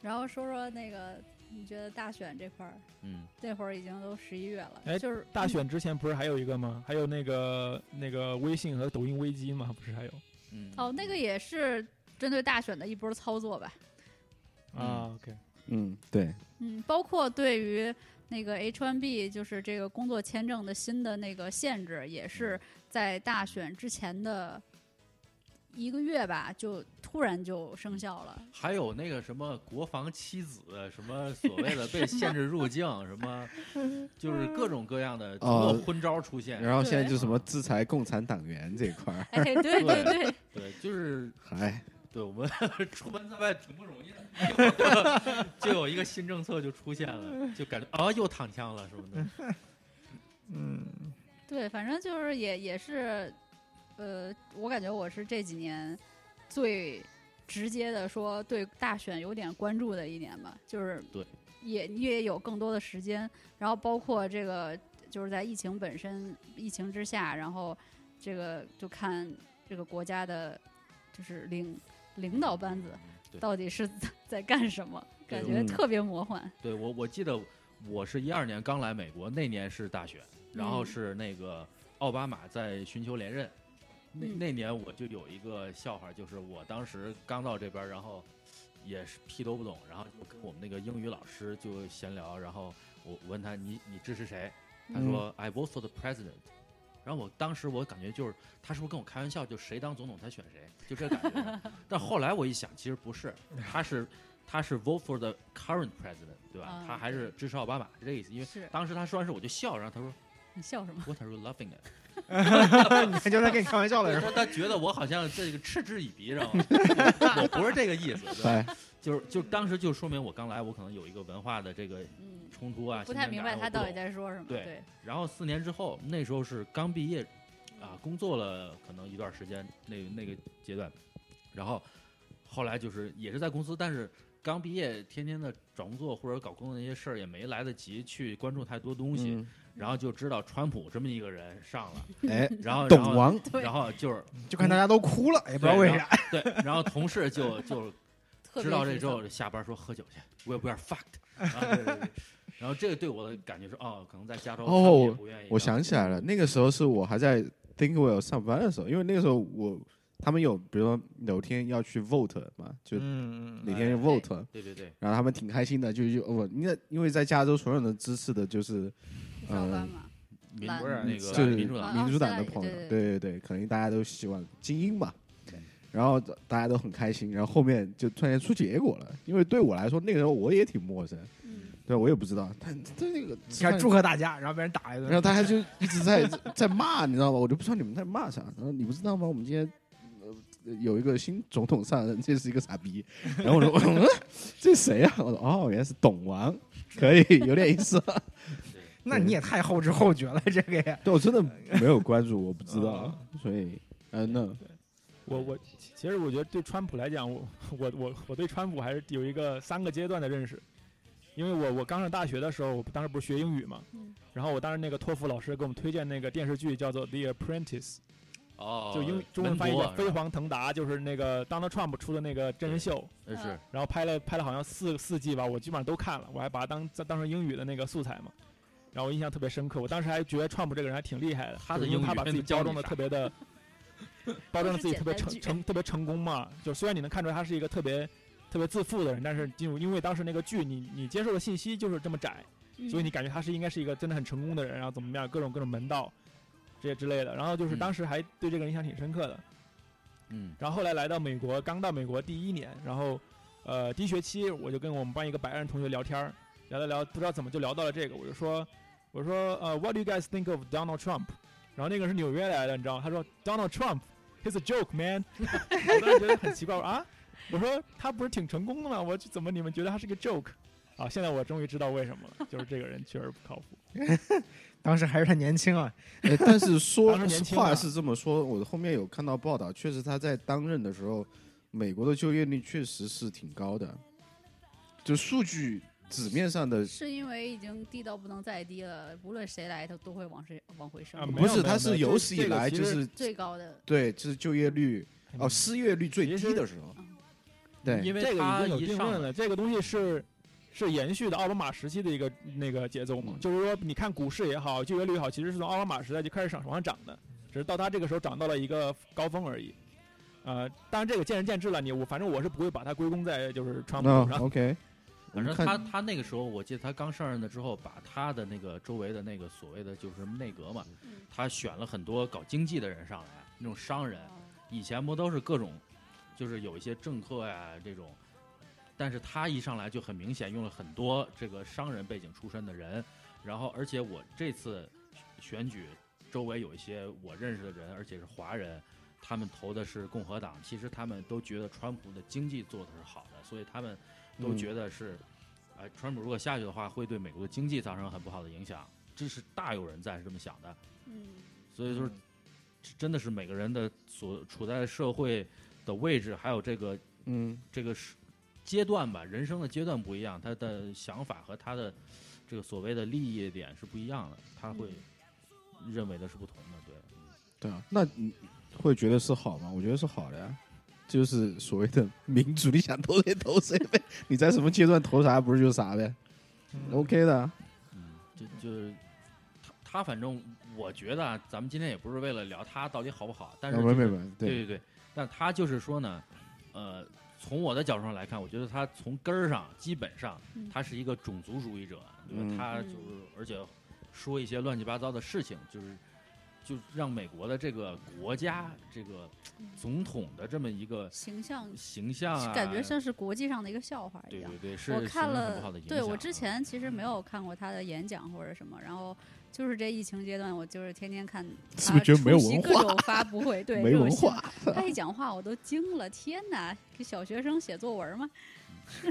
D: 然后说说那个，你觉得大选这块儿，
C: 嗯，
D: 那会儿已经都十一月了，
G: 哎
D: 就是
G: 大选之前不是还有一个吗？还有那个那个微信和抖音危机吗？不是还有
C: 嗯
D: 哦，那个也是针对大选的一波操作吧。
G: 啊？OK，
F: 嗯，对，
D: 嗯，包括对于那个 H1B，就是这个工作签证的新的那个限制，也是在大选之前的一个月吧，就突然就生效了。
C: 还有那个什么国防妻子，什么所谓的被限制入境，什 么就是各种各样的多
F: 哦
C: 昏招出现。
F: 然后现在
D: 对
F: 就什么制裁共产党员这一块儿，哎
D: 哎，对对
C: 对
D: 对，
C: 对，就是
F: 嗨，
C: 对我们 出门在外挺不容易的，就有一个新政策就出现了，就感觉啊又躺枪了什么的。
E: 嗯，
D: 对，反正就是也也是，呃，我感觉我是这几年最直接的说对大选有点关注的一年吧，就是
C: 对，
D: 也你也有更多的时间，然后包括这个就是在疫情本身疫情之下，然后这个就看这个国家的，就是领 领导班子
C: 嗯对
D: 到底是 在干什么，感
C: 对
D: 觉
F: 嗯
D: 特别魔幻。
C: 对我我记得我是一二年刚来美国，那年是大选，然后是那个奥巴马在寻求连任。那
D: 嗯
C: 那年我就有一个笑话，就是我当时刚到这边，然后也是屁都不懂，然后就跟我们那个英语老师就闲聊，然后我我问他你你支持谁？他
D: 嗯
C: 说、I vote for the president。然后我当时我感觉就是他是不是跟我开玩笑，就谁当总统他选谁，就这感觉。啊但后来我一想，其实不是，他是他是 vote for the current president，对吧？
D: 啊
C: 他还是支持奥巴马是这个意思。因为
D: 是
C: 当时他说完事我就笑，然后他说
D: 你笑什么？
C: What are you laughing at？
E: 你看就在跟你开玩笑的人，
C: 他他觉得我好像这个嗤之以鼻，知道吗？ 我我不是这个意思，对吧？
F: 哎，
C: 就是就当时就说明我刚来，我可能有一个文化的这个
D: 嗯，
C: 冲突啊，
D: 不太
C: 新鲜
D: 明
C: 感
D: 白他
C: 我不
D: 到底
C: 懂
D: 在说什么。
C: 对
D: 对
C: 然后四年之后，那时候是刚毕业，啊，工作了可能一段时间，那那个阶段，然后后来就是也是在公司，但是刚毕业，天天的找工作或者搞工作那些事儿也没来得及去关注太多东西，
F: 嗯
C: 然后就知道川普这么一个人上了，
F: 哎，
C: 然后
F: 懂，王，
D: 对
C: 然后然后就是
E: 就看大家都哭了，也不知道为啥。
C: 对，然后同事就就
D: 特别
C: 知道这之
D: 沮丧
C: 后，下班说喝酒去，we we are fucked 然后对。对对然后这个对我的感觉是，哦，可能在加州他们
F: 哦
C: 也不愿意
F: 我想起来了，那个时候是我还在 Thinkwell 上班的时候，因为那个时候我他们有比如说有天要去 vote 嘛，就
E: 嗯
F: 哪天是
C: 哎
F: vote，、
C: 对对对，
F: 然后他们挺开心的，就就我那因为在加州所有人支持的就是
D: 奥巴
C: 嗯
F: 呃
D: 马，
C: 民
D: 蓝
C: 不是那个
F: 就是
C: 民主党
D: 啊
F: 民主党的朋友，
D: 对对
F: 对对对，可能大家都希望精英嘛。然后大家都很开心，然后后面就突然间出结果了。因为对我来说，那个时候我也挺陌生，
D: 嗯，
F: 对我也不知道。但但那个
E: 你看祝贺大家，然后被人打一顿，
F: 然后大家就一直在在骂，你知道吗？我就不知道你们在骂啥。然后你不知道吗？我们今天。呃有一个新总统上任，这是一个傻逼。然 后我说：“嗯，这谁啊？”我说：“哦，原来是董王，可以有点意思。
E: 那你也太后知后觉了，这个也”
F: 对，我真的没有关注，我不知道，啊所以，嗯、那
G: 我我其其实我觉得对川普来讲，我我我我对川普还是有一个三个阶段的认识，因为我我刚上大学的时候，我当时不是学英语嘛，
D: 嗯
G: 然后我当时那个托福老师给我们推荐那个电视剧叫做《The Apprentice》，
C: 哦，
G: 就英中文
C: 文
G: 翻译
C: 博
G: 叫《飞
C: 是吧
G: 黄腾达》，就是那个 Donald Trump 出的那个真人秀，
C: 呃是
G: 然后拍了拍了好像四四季吧，我基本上都看了，我还把它当当成英语的那个素材嘛。然后我印象特别深刻，我当时还觉得川普这个人还挺厉害的，
C: 他的
G: 就是因为
C: 英语
G: 他把自
C: 真
G: 己
C: 的教
G: 包装
C: 你
G: 的
C: 啥
G: 特别的， 包装的自己特别
D: 都是简单句
G: 成成特别成功嘛。就虽然你能看出来他是一个特别特别自负的人，但是进入因为当时那个剧，你你接受的信息就是这么窄，
D: 嗯
G: 所以你感觉他是应该是一个真的很成功的人，然后怎么样各种各种门道这些之类的。然后就是
C: 嗯
G: 当时还对这个人印象挺深刻的。
C: 嗯
G: 然后后来来到美国，刚到美国第一年，然后呃第一学期我就跟我们班一个白人同学聊天儿，聊了聊，不知道怎么就聊到了这个，我就说我说呃、What do you guys think of Donald Trump？然后那个是纽约来的，你知道吗？他说 Donald Trump，he's a joke man。我当时觉得很奇怪我说啊，我说他不是挺成功的吗？我这怎么你们觉得他是个 joke？啊，现在我终于知道为什么了，就是这个人确实不靠谱。
E: 当时还是太年轻啊，
F: 呃但是说
G: 当时年轻
F: 话
G: 嘛
F: 是这么说，我后面有看到报道，确实他在担任的时候，美国的就业率确实是挺高的，就数据纸面上的
D: 呃是因为已经低到不能再低了，无论谁来，他都会往谁往回升
G: 啊，没
F: 不
G: 有
F: 是，
G: 没有
F: 它是有史以
G: 这个
F: 来
G: 其
F: 就
G: 实嗯
F: 是
D: 最高的。
F: 对，就是就业率哦，失业率最
G: 其
F: 低
G: 实
F: 的时候
D: 嗯，
F: 对，
C: 因为
G: 这个已
C: 他
G: 经有
C: 一
G: 定
C: 上
G: 论了，这个东西是是延续的奥巴马时期的一个那个节奏嘛，
F: 嗯
G: 就是说你看股市也好，就业率也好，其实是从奥巴马时代就开始上往上涨的，只是到他这个时候涨到了一个高峰而已。呃，当然这个见仁见智了，你我反正我是不会把它归功在就是川普
F: 那
G: 上。
F: OK，我
C: 反
F: 们
C: 正
F: 看
C: 他他那个时候，我记得他刚上任了之后，把他的那个周围的那个所谓的就是内阁嘛
D: 嗯，
C: 他选了很多搞经济的人上来，那种商人，
D: 哦
C: 以前不都是各种，就是有一些政客呀这种，但是他一上来就很明显用了很多这个商人背景出身的人，然后而且我这次选举周围有一些我认识的人，而且是华人，他们投的是共和党，其实他们都觉得川普的经济做的是好的，所以他们都
F: 嗯
C: 觉得是，哎、川普如果下去的话，会对美国的经济造成很不好的影响，这是大有人在是这么想的，
D: 嗯，
C: 所以就是这真的是每个人的所处在社会的位置，还有这个
F: 嗯，
C: 这个是阶段吧，人生的阶段不一样，他的想法和他的这个所谓的利益点是不一样的，他会认为的是不同的，对。
F: 对啊，那你会觉得是好吗？我觉得是好的呀，就是所谓的 民主，你想投谁投谁呗，你在什么阶段投啥不是就是啥呗，OK 的啊，
C: 嗯，就就是他他反正我觉得啊，咱们今天也不是为了聊他到底好不好，但是、
F: 啊没
C: 就是、
F: 没没，
C: 对，对对，但他就是说呢，呃，从我的角度上来看，我觉得他从根儿上基本上
D: 嗯
C: 他是一个种族主义者，对吧
F: 嗯
C: 他就是而且说一些乱七八糟的事情，就是就让美国的这个国家这个
D: 嗯
C: 总统的这么一个
D: 形象
C: 形象啊，
D: 感觉像是国际上的一个笑话一
C: 对
D: 样
C: 对。对，是
D: 我
C: 形
D: 看
C: 成很不好
D: 了
C: 的影，响啊。
D: 对我之前其实没
F: 嗯
D: 有看过他的演讲或者什么，然后就是这疫情阶段，我就是天天 看
F: 是
D: 他
F: 不是觉得没有
D: 出席
F: 文
D: 各
F: 化
D: 种发布会，对，
F: 没
D: 各种
F: 文
D: 新
F: 化，
D: 闻，他一讲话我都惊了，天哪，给小学生写作文吗？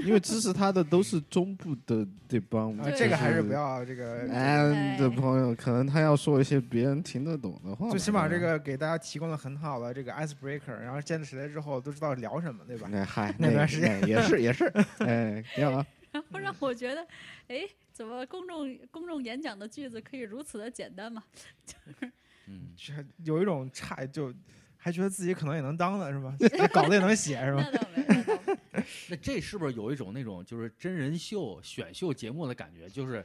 F: 因为支持他的都是中部的这帮
E: 啊，
D: 对
E: 这个还是
F: 就
E: 不要这个，
F: 哎
D: 哎
F: 的朋友，可能他要说一些别人听得懂的话吧，
E: 最起码这个给大家提供了很好的这个 ice breaker，然后见了起来之后都知道聊什么，对吧？
F: 哎嗨，
E: 那段时间
F: 那也是 也是，哎，挺好啊。
D: 然后
C: 嗯
D: 让我觉得，哎，怎么公众公众演讲的句子可以如此的简 单嘛？
C: 嗯，
E: 这有一种差就。还觉得自己可能也能当了是吧？ 稿子也能写是吧？
D: 那倒没，那倒没
C: 那这是不是有一种那种就是真人秀选秀节目的感觉？就是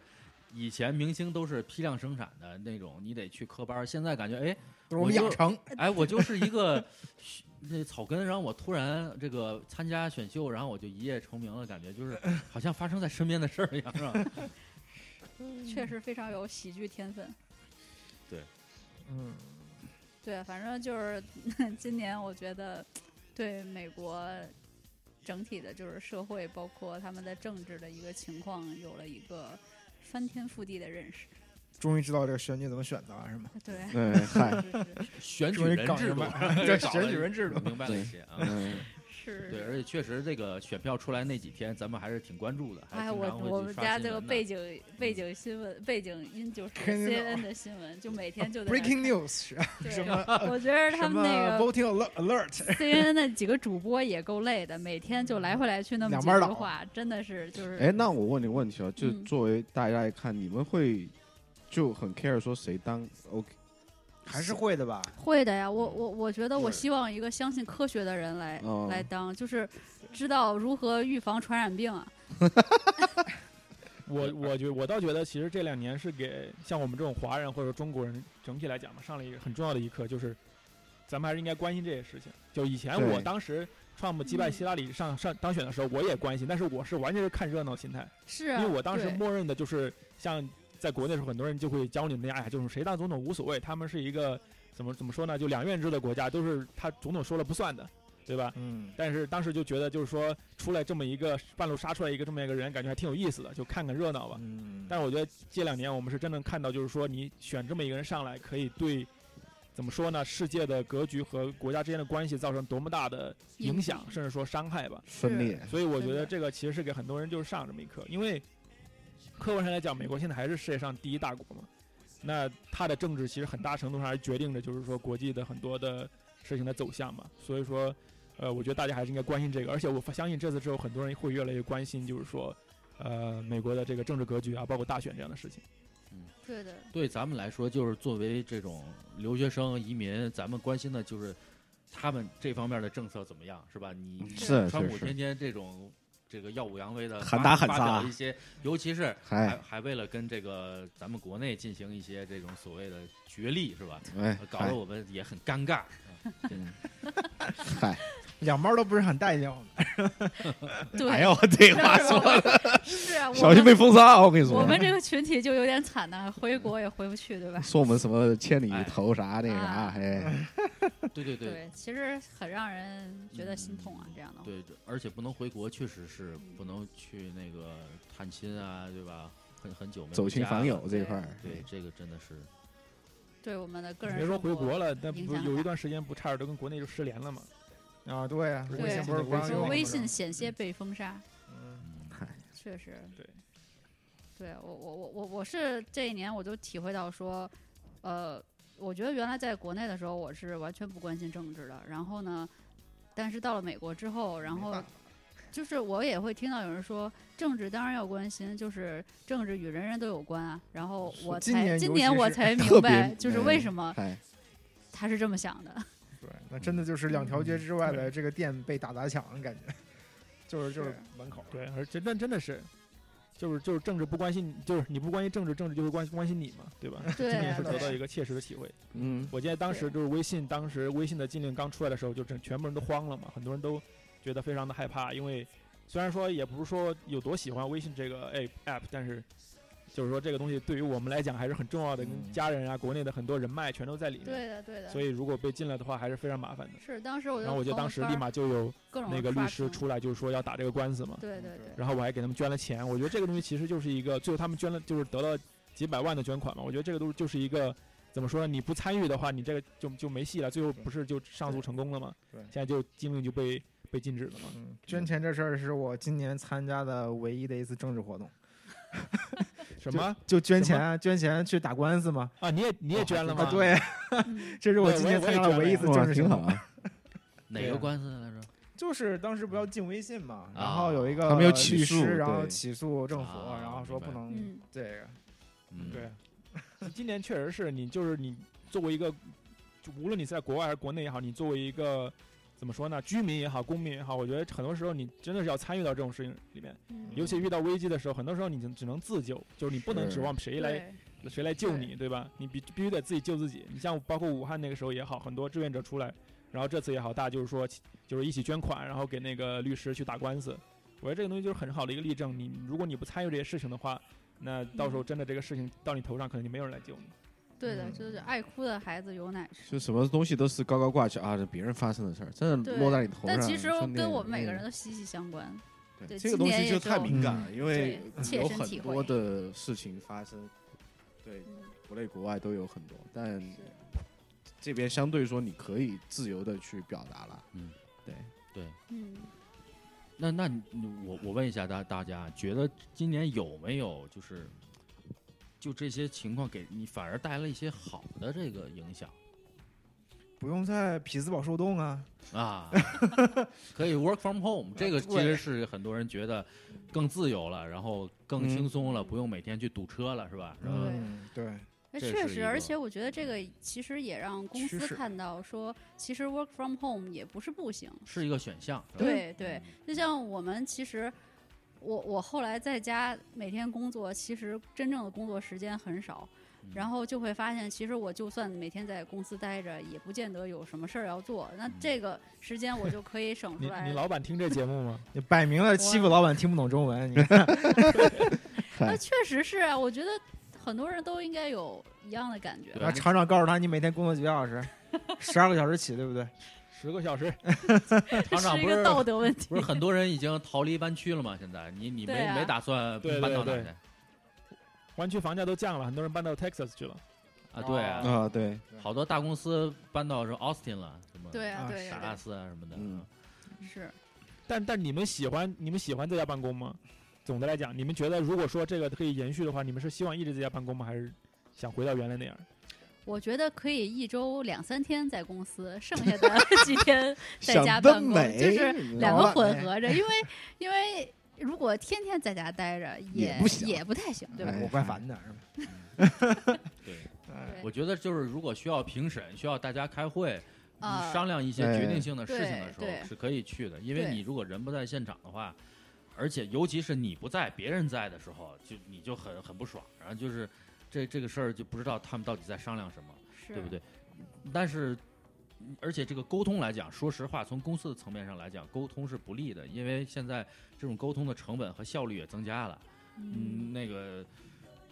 C: 以前明星都是批量生产的那种，你得去科班儿。现在感觉，哎
E: 都是我们养成，
C: 哎，我就是一个那草根，然后我突然这个参加选秀，然后我就一夜成名了，感觉就是好像发生在身边的事儿一样，是 吧？
D: 确实非常有喜剧天分。
E: 嗯，
D: 对，反正就是 今年，我觉得对美国整体的，就是社会包括他们的政治的一个情况，有了一个翻天覆地的认识。
E: 终于知道这个选举怎么选的了，是吗？
D: 对，
C: 嗯
F: 对，哎嗨，
D: 是是
C: 选举
E: 终于
C: 人
E: 搞
C: 制
E: 明
C: 度
E: 白， 了这
C: 搞了
E: 选举人制度，
C: 明白了一些啊。
F: 嗯，
D: 是
C: 对，
D: 是。
C: 而且确实，这个选票出来那几天，咱们还是挺关注的。还
D: 哎，
C: 经
D: 我
C: 常会
D: 我
C: 去
D: 们
C: 刷
D: 家
C: 新
D: 这个
C: 闻的嗯
D: 背景背景新闻背景音就是
E: 看见
D: CNN 的新闻，就每天就在那儿
E: breaking news 是吧
D: 对
E: 什么
D: 我觉得他
E: 什
D: 们
E: 么
D: 那个
E: voting alert- alert，
D: CNN 的几个主播也够累的，每天就来回来去那么
E: 两
D: 几
E: 班
D: 句
E: 倒
D: 话，真的是就是
F: 哎，那我问你个问题啊，就
D: 嗯
F: 作为大家来看，你们会就很 care 说谁当哦 OK
E: 还是会的吧？
D: 会的呀，我我我觉得我
F: 对
D: 希望一个相信科学的人来、
E: 嗯
F: 哦
D: 来当，就是知道如何预防传染病啊。
G: 我我觉我倒觉得，其实这两年是给像我们这种华人或者说中国人整体来讲嘛，上了一个很重要的一课，就是咱们还是应该关心这些事情。就以前
F: 对
G: 我当时川普
D: 嗯
G: 击败希拉里上上当选的时候，我也关心，但是我是完全是看热闹心态，
D: 是
G: 因
D: 啊，
G: 为我当时
D: 对
G: 默认的就是像在国内的时候，很多人就会教你们，哎呀，就是谁当总统无所谓，他们是一个怎么怎么说呢？就两院制的国家，都是他总统说了不算的，对吧？
E: 嗯，
G: 但是当时就觉得，就是说出来这么一个半路杀出来一个这么一个人，感觉还挺有意思的，就看看热闹吧。
E: 嗯，
G: 但是我觉得这两年我们是真能看到，就是说你选这么一个人上来，可以对怎么说呢，世界的格局和国家之间的关系造成多么大的影响，甚至说伤害吧。
F: 分裂？
G: 所以我觉
D: 真
G: 得
D: 的
G: 这个其实是给很多人就是上这么一课，因为客观上来讲，美国现在还是世界上第一大国嘛，那它的政治其实很大程度上还是决定着就是说国际的很多的事情的走向嘛。所以说，呃，我觉得大家还是应该关心这个，而且我发相信这次之后，很多人会越来越关心，就是说。呃，美国的这个政治格局啊，包括大选这样的事情，
D: 对的，
C: 对咱们来说，就是作为这种留学生、移民，咱们关心的就是他们这方面的政策怎么样，是吧？你
F: 嗯是
C: 川
F: 是
C: 普
F: 是
C: 天，天这种这个耀武扬威的
F: 喊打喊
C: 发
F: 杀
C: 表一些，尤其是还
F: 嗨，
C: 还为了跟这个咱们国内进行一些这种所谓的角力，是吧？
F: 哎，
C: 搞得我们也很尴尬。
F: 嗨，
E: 两包都不是很待见我们，
D: 对，
F: 哎呦，这 话说的，
D: 是啊，我
F: 小心
D: 们
F: 被封杀啊！我跟你说
D: 我， 们这个群体就有点惨呐，回国也回不去， 对吧？
F: 说我们什么千里
C: 哎嗯
F: 投啥那啥，
D: 啊
F: 哎，
C: 对对对
D: 对，其实很让人觉得心痛啊，这样的话。
C: 对，而且不能回国，确实是不能去那个探亲啊，对吧？很很久没
F: 走
C: 回
F: 亲
C: 家
F: 访
C: 了
F: 友嗯这块儿，
C: 对，这个真的是
D: 对我们的个人
G: 别说
D: 生
G: 回
D: 活
G: 国了，那
D: 影
G: 不
D: 响
G: 有一
D: 大
G: 段时间不差点都跟国内就失联了嘛？
E: 啊，对呀，
G: 对
E: 微信不是不让
D: 就
E: 用吗
D: 微信险些被封杀，
E: 嗯
C: 嗯
D: 确实。
G: 对，
D: 对我我我我我是这一年我就体会到说，呃，我觉得原来在国内的时候我是完全不关心政治的，然后呢，但是到了美国之后，然
E: 没
D: 后
E: 办法
D: 就是我也会听到有人说政治当然要关心，就是政治与人人都有关啊。然后
E: 是
D: 我
E: 今
D: 才
E: 年
D: 今
E: 尤
D: 年
E: 其
D: 我
E: 是
D: 才
F: 特
D: 明
F: 别
D: 白，就是
F: 嗯
D: 为什么
F: 嗨，
D: 他是这么 想的。
E: 对，那真的就是两条街之外的这个店被打砸抢，感觉 就是就是
D: 是
E: 门口，
G: 对，而真但真的是，就是就是政治不关心，就是你不关心政治，政治就会关心关心你嘛，对吧？
D: 对啊
G: 今年是得
D: 对
G: 到一个切实的体会。
F: 嗯，
G: 我记得当时
D: 对
G: 就是微信，当时微信的禁令刚出来的时候，就整全部人都慌了嘛，很多人都觉得非常的害怕，因为虽然说也不是说有多喜欢微信这个哎 app，但是就是说这个东西对于我们来讲还是很重要的，跟
E: 嗯
G: 家人啊、国内的很多人脉全都在里面，
D: 对的，对的。
G: 所以如果被禁了的话，还是非常麻烦的。
D: 是当时我就
G: 然后我记得
D: 朋友
G: 当时
D: 圈
G: 立
D: 儿
G: 马就有
D: 各种
G: 那个律
D: 刷
G: 师
D: 屏
G: 出来，就是说要打这个官司嘛。
D: 对对对，
G: 然后我还给他们捐了钱。我觉得这个东西其实就是一个，最后他们捐了就是得了几百万的捐款嘛。我觉得这个都就是一个怎么说呢？你不参与的话，你这个就就没戏了。最后不是就上诉成功了吗？
E: 对
G: 现在就禁令就被被禁止了嘛。
E: 嗯，捐钱这事儿是我今年参加的唯一的一次政治活动，
G: 什么
E: 就捐
G: 什么
E: 钱啊捐钱去打官司嘛，
G: 啊？你也你也捐了吗？
E: 啊，对，
D: 嗯
E: 这是我
G: 对
E: 今
G: 我也
E: 年参加
G: 我也
E: 的
G: 捐
E: 唯一一次
G: 了
E: 政
F: 哇，
E: 治
F: 挺
E: 行
F: 好
E: 动。
F: 啊，
C: 哪
G: 对
C: 个
G: 啊
C: 官司来着？
E: 就是当时不要禁微信嘛，然
C: 啊
E: 后有一个
F: 他们要
E: 律
F: 起诉
E: 师，然后
F: 对
E: 起诉政府，
C: 啊
E: 然后说不能
D: 嗯，
E: 这个，
C: 嗯，
G: 对，今年确实是你就是你作为一，就无论你在国外还是国内也好，你作为一个怎么说呢？居民也好，公民也好，我觉得很多时候你真的是要参与到这种事情里面，
D: 嗯
G: 尤其遇到危机的时候，很多时候你只只能自救，就是你不能指
F: 是
G: 望谁来
D: 对
G: 谁来救你，对吧？你必必须得自己救自己。你像包括武汉那个时候也好，很多志愿者出来，然后这次也好，大家就是说就是一起捐款，然后给那个律师去打官司。我觉得这个东西就是很好的一个例证。你如果你不参与这些事情的话，那到时候真的这个事情到你头上，可能就没有人来救你。
D: 对的，就是爱哭的孩子有奶吃。
F: 就什么东西都是高高挂起啊，这别人发生的事儿，真的
D: 对
F: 落在你头上。
D: 但其实
F: 真的
D: 跟我们每个人都息息相关。
F: 对
D: 对
F: 这个东
D: 今
F: 西
D: 年
F: 就
D: 也
F: 太
D: 就嗯
F: 敏感了，因为
D: 对切
F: 有
D: 身
F: 很
D: 体
F: 多
D: 会
F: 的事情发生，对，
D: 嗯
F: 国内国外都有很多，但这边相对说你可以自由的去表达了。
C: 嗯，
F: 对，
C: 对。
D: 嗯，
C: 那那你我我问一下大大家，觉得今年有没有就是就这些情况给你反而带来一些好的这个影响
E: 不用在匹兹堡受冻啊。
C: 啊？可以 work from home，这
G: 啊
C: 个其实是很多人觉得更自由了，然后更
G: 嗯
C: 轻松了，不用每天去堵车了，是吧？
D: 嗯
E: 嗯，对，
D: 哎
C: 这
D: 确
C: 是一
D: 实，而
C: 个
D: 且我觉得这个其实也让公
E: 趋
D: 司
E: 势
D: 看到说，其实 work from home 也不是不行。
C: 是一个选项。是吧
D: 对
C: 嗯
D: 对，就像我们其实，我我后来在家每天工作，其实真正的工作时间很少，
C: 嗯
D: 然后就会发现，其实我就算每天在公司待着，也不见得有什么事儿要做。那这个时间我就可以省出
G: 你
D: 来
G: 你。老板听这节目吗？
E: 你摆明了欺负老板听不懂中文，你
D: 那确实是啊，我觉得很多人都应该有一样的感觉
C: 对
E: 然后厂长告诉他你每天工作几个小时，十二个小时起，对不对？
G: 十个小时，
C: 厂
D: 这
C: 长
D: 是一
C: 不
D: 个
C: 是
D: 道德 问题。
C: 不是很多人已经逃离湾区了吗？现在你你
D: 对
C: 没
D: 啊
C: 没打算
G: 对对
C: 搬到哪儿
G: 对
C: 去
G: 湾区房价都降了，很多人搬到 Texas 去了。
C: 啊？对啊，
G: 哦
F: 啊，对，
C: 好多大公司搬到是 Austin 了，什么
D: 对啊，
E: 啊
D: 对
C: 达
D: 啊
C: 拉斯啊什么的。
F: 嗯
D: 对，是
G: 但但你们喜欢你们喜欢在家办公吗？总的来讲，你们觉得如果说这个可以延续的话，你们是希望一直在家办公吗？还是想回到原来那样？
D: 我觉得可以一周两三天在公司，剩下的几天在家
F: 想
D: 办
F: 得
D: 公，
F: 美，
D: 就是两
F: 老
D: 个
F: 板
D: 混合着，因为因为如果天天在家待着，也
F: 也不行
D: 不太行，对吧？
F: 哎
E: 我怪烦的，是吧？
G: 嗯
C: 对，
E: 哎
C: 我觉得就是如果需要评审，需要大家开会，
D: 啊、
C: 你商量一些决定性的事情的时
D: 对对
C: 候，是可以去的。因为
D: 对
C: 你如果人不在现场的话，而且尤其是你不在，别人在的时候，就你就很很不爽，然后就是这这个事儿就不知道他们到底在商量什么，
D: 是
C: 对不？对？但是。而且这个沟通来讲，说实话，从公司的层面上来讲，沟通是不利的，因为现在这种沟通的成本和效率也增加了。嗯，
D: 嗯，
C: 那个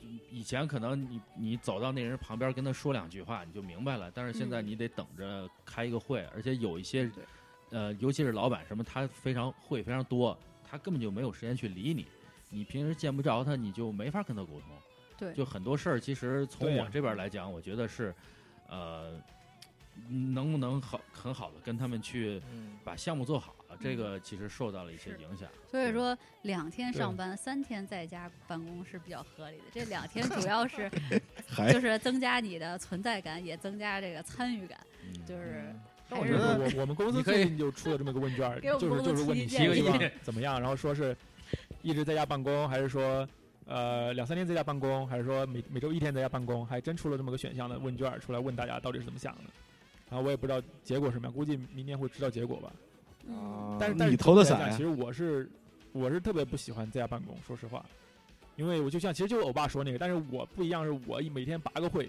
C: 嗯以前可能你你走到那人旁边跟他说两句话你就明白了，但是现在
D: 嗯
C: 你得等着开一个会，而且有一些
D: 对，
C: 呃，尤其是老板什么，他非常会非常多，他根本就没有时间去理你，你平时见不着他，你就没法跟他沟通。
D: 对
C: 就很多事儿，其实从
G: 对
C: 我
G: 呀
C: 这边来讲，我觉得是，呃，能不能好很好的跟他们去
E: 嗯
C: 把项目做好，这
D: 嗯
C: 个其实受到了一些
D: 是
C: 影响。
D: 所以
C: 对
D: 说两天
G: 对
D: 上班，三天在家办公是比较合理的。这两天主要是
F: 还
D: 就是增加你的存在感，也增加这个参与感，
C: 嗯
D: 就是
G: 但
D: 还
G: 我
D: 是
G: 觉得我我们公司
C: 你可以
G: 最近就出了这么一个问卷 儿，
D: 给我们
G: 就是
D: 公司
G: 就是问你
D: 提
C: 建
G: 希
C: 议
G: 望怎么样，然后说是一直在家办公，还是说呃两三天在家办公，还是说每每周一天在家办公，还真出了这么个选项的问卷儿出来问大家到底是怎么想的。然后我也不知道结果是什么样，估计明天会知道结果吧。
D: 嗯，
G: 啊但是
F: 你
G: 但是
F: 投的
G: 总体
F: 伞
G: 来讲其实我是我是特别不喜欢在家办公，说实话，因为我就像其实就是我爸说那个，但是我不一样，是我一每天拔个会，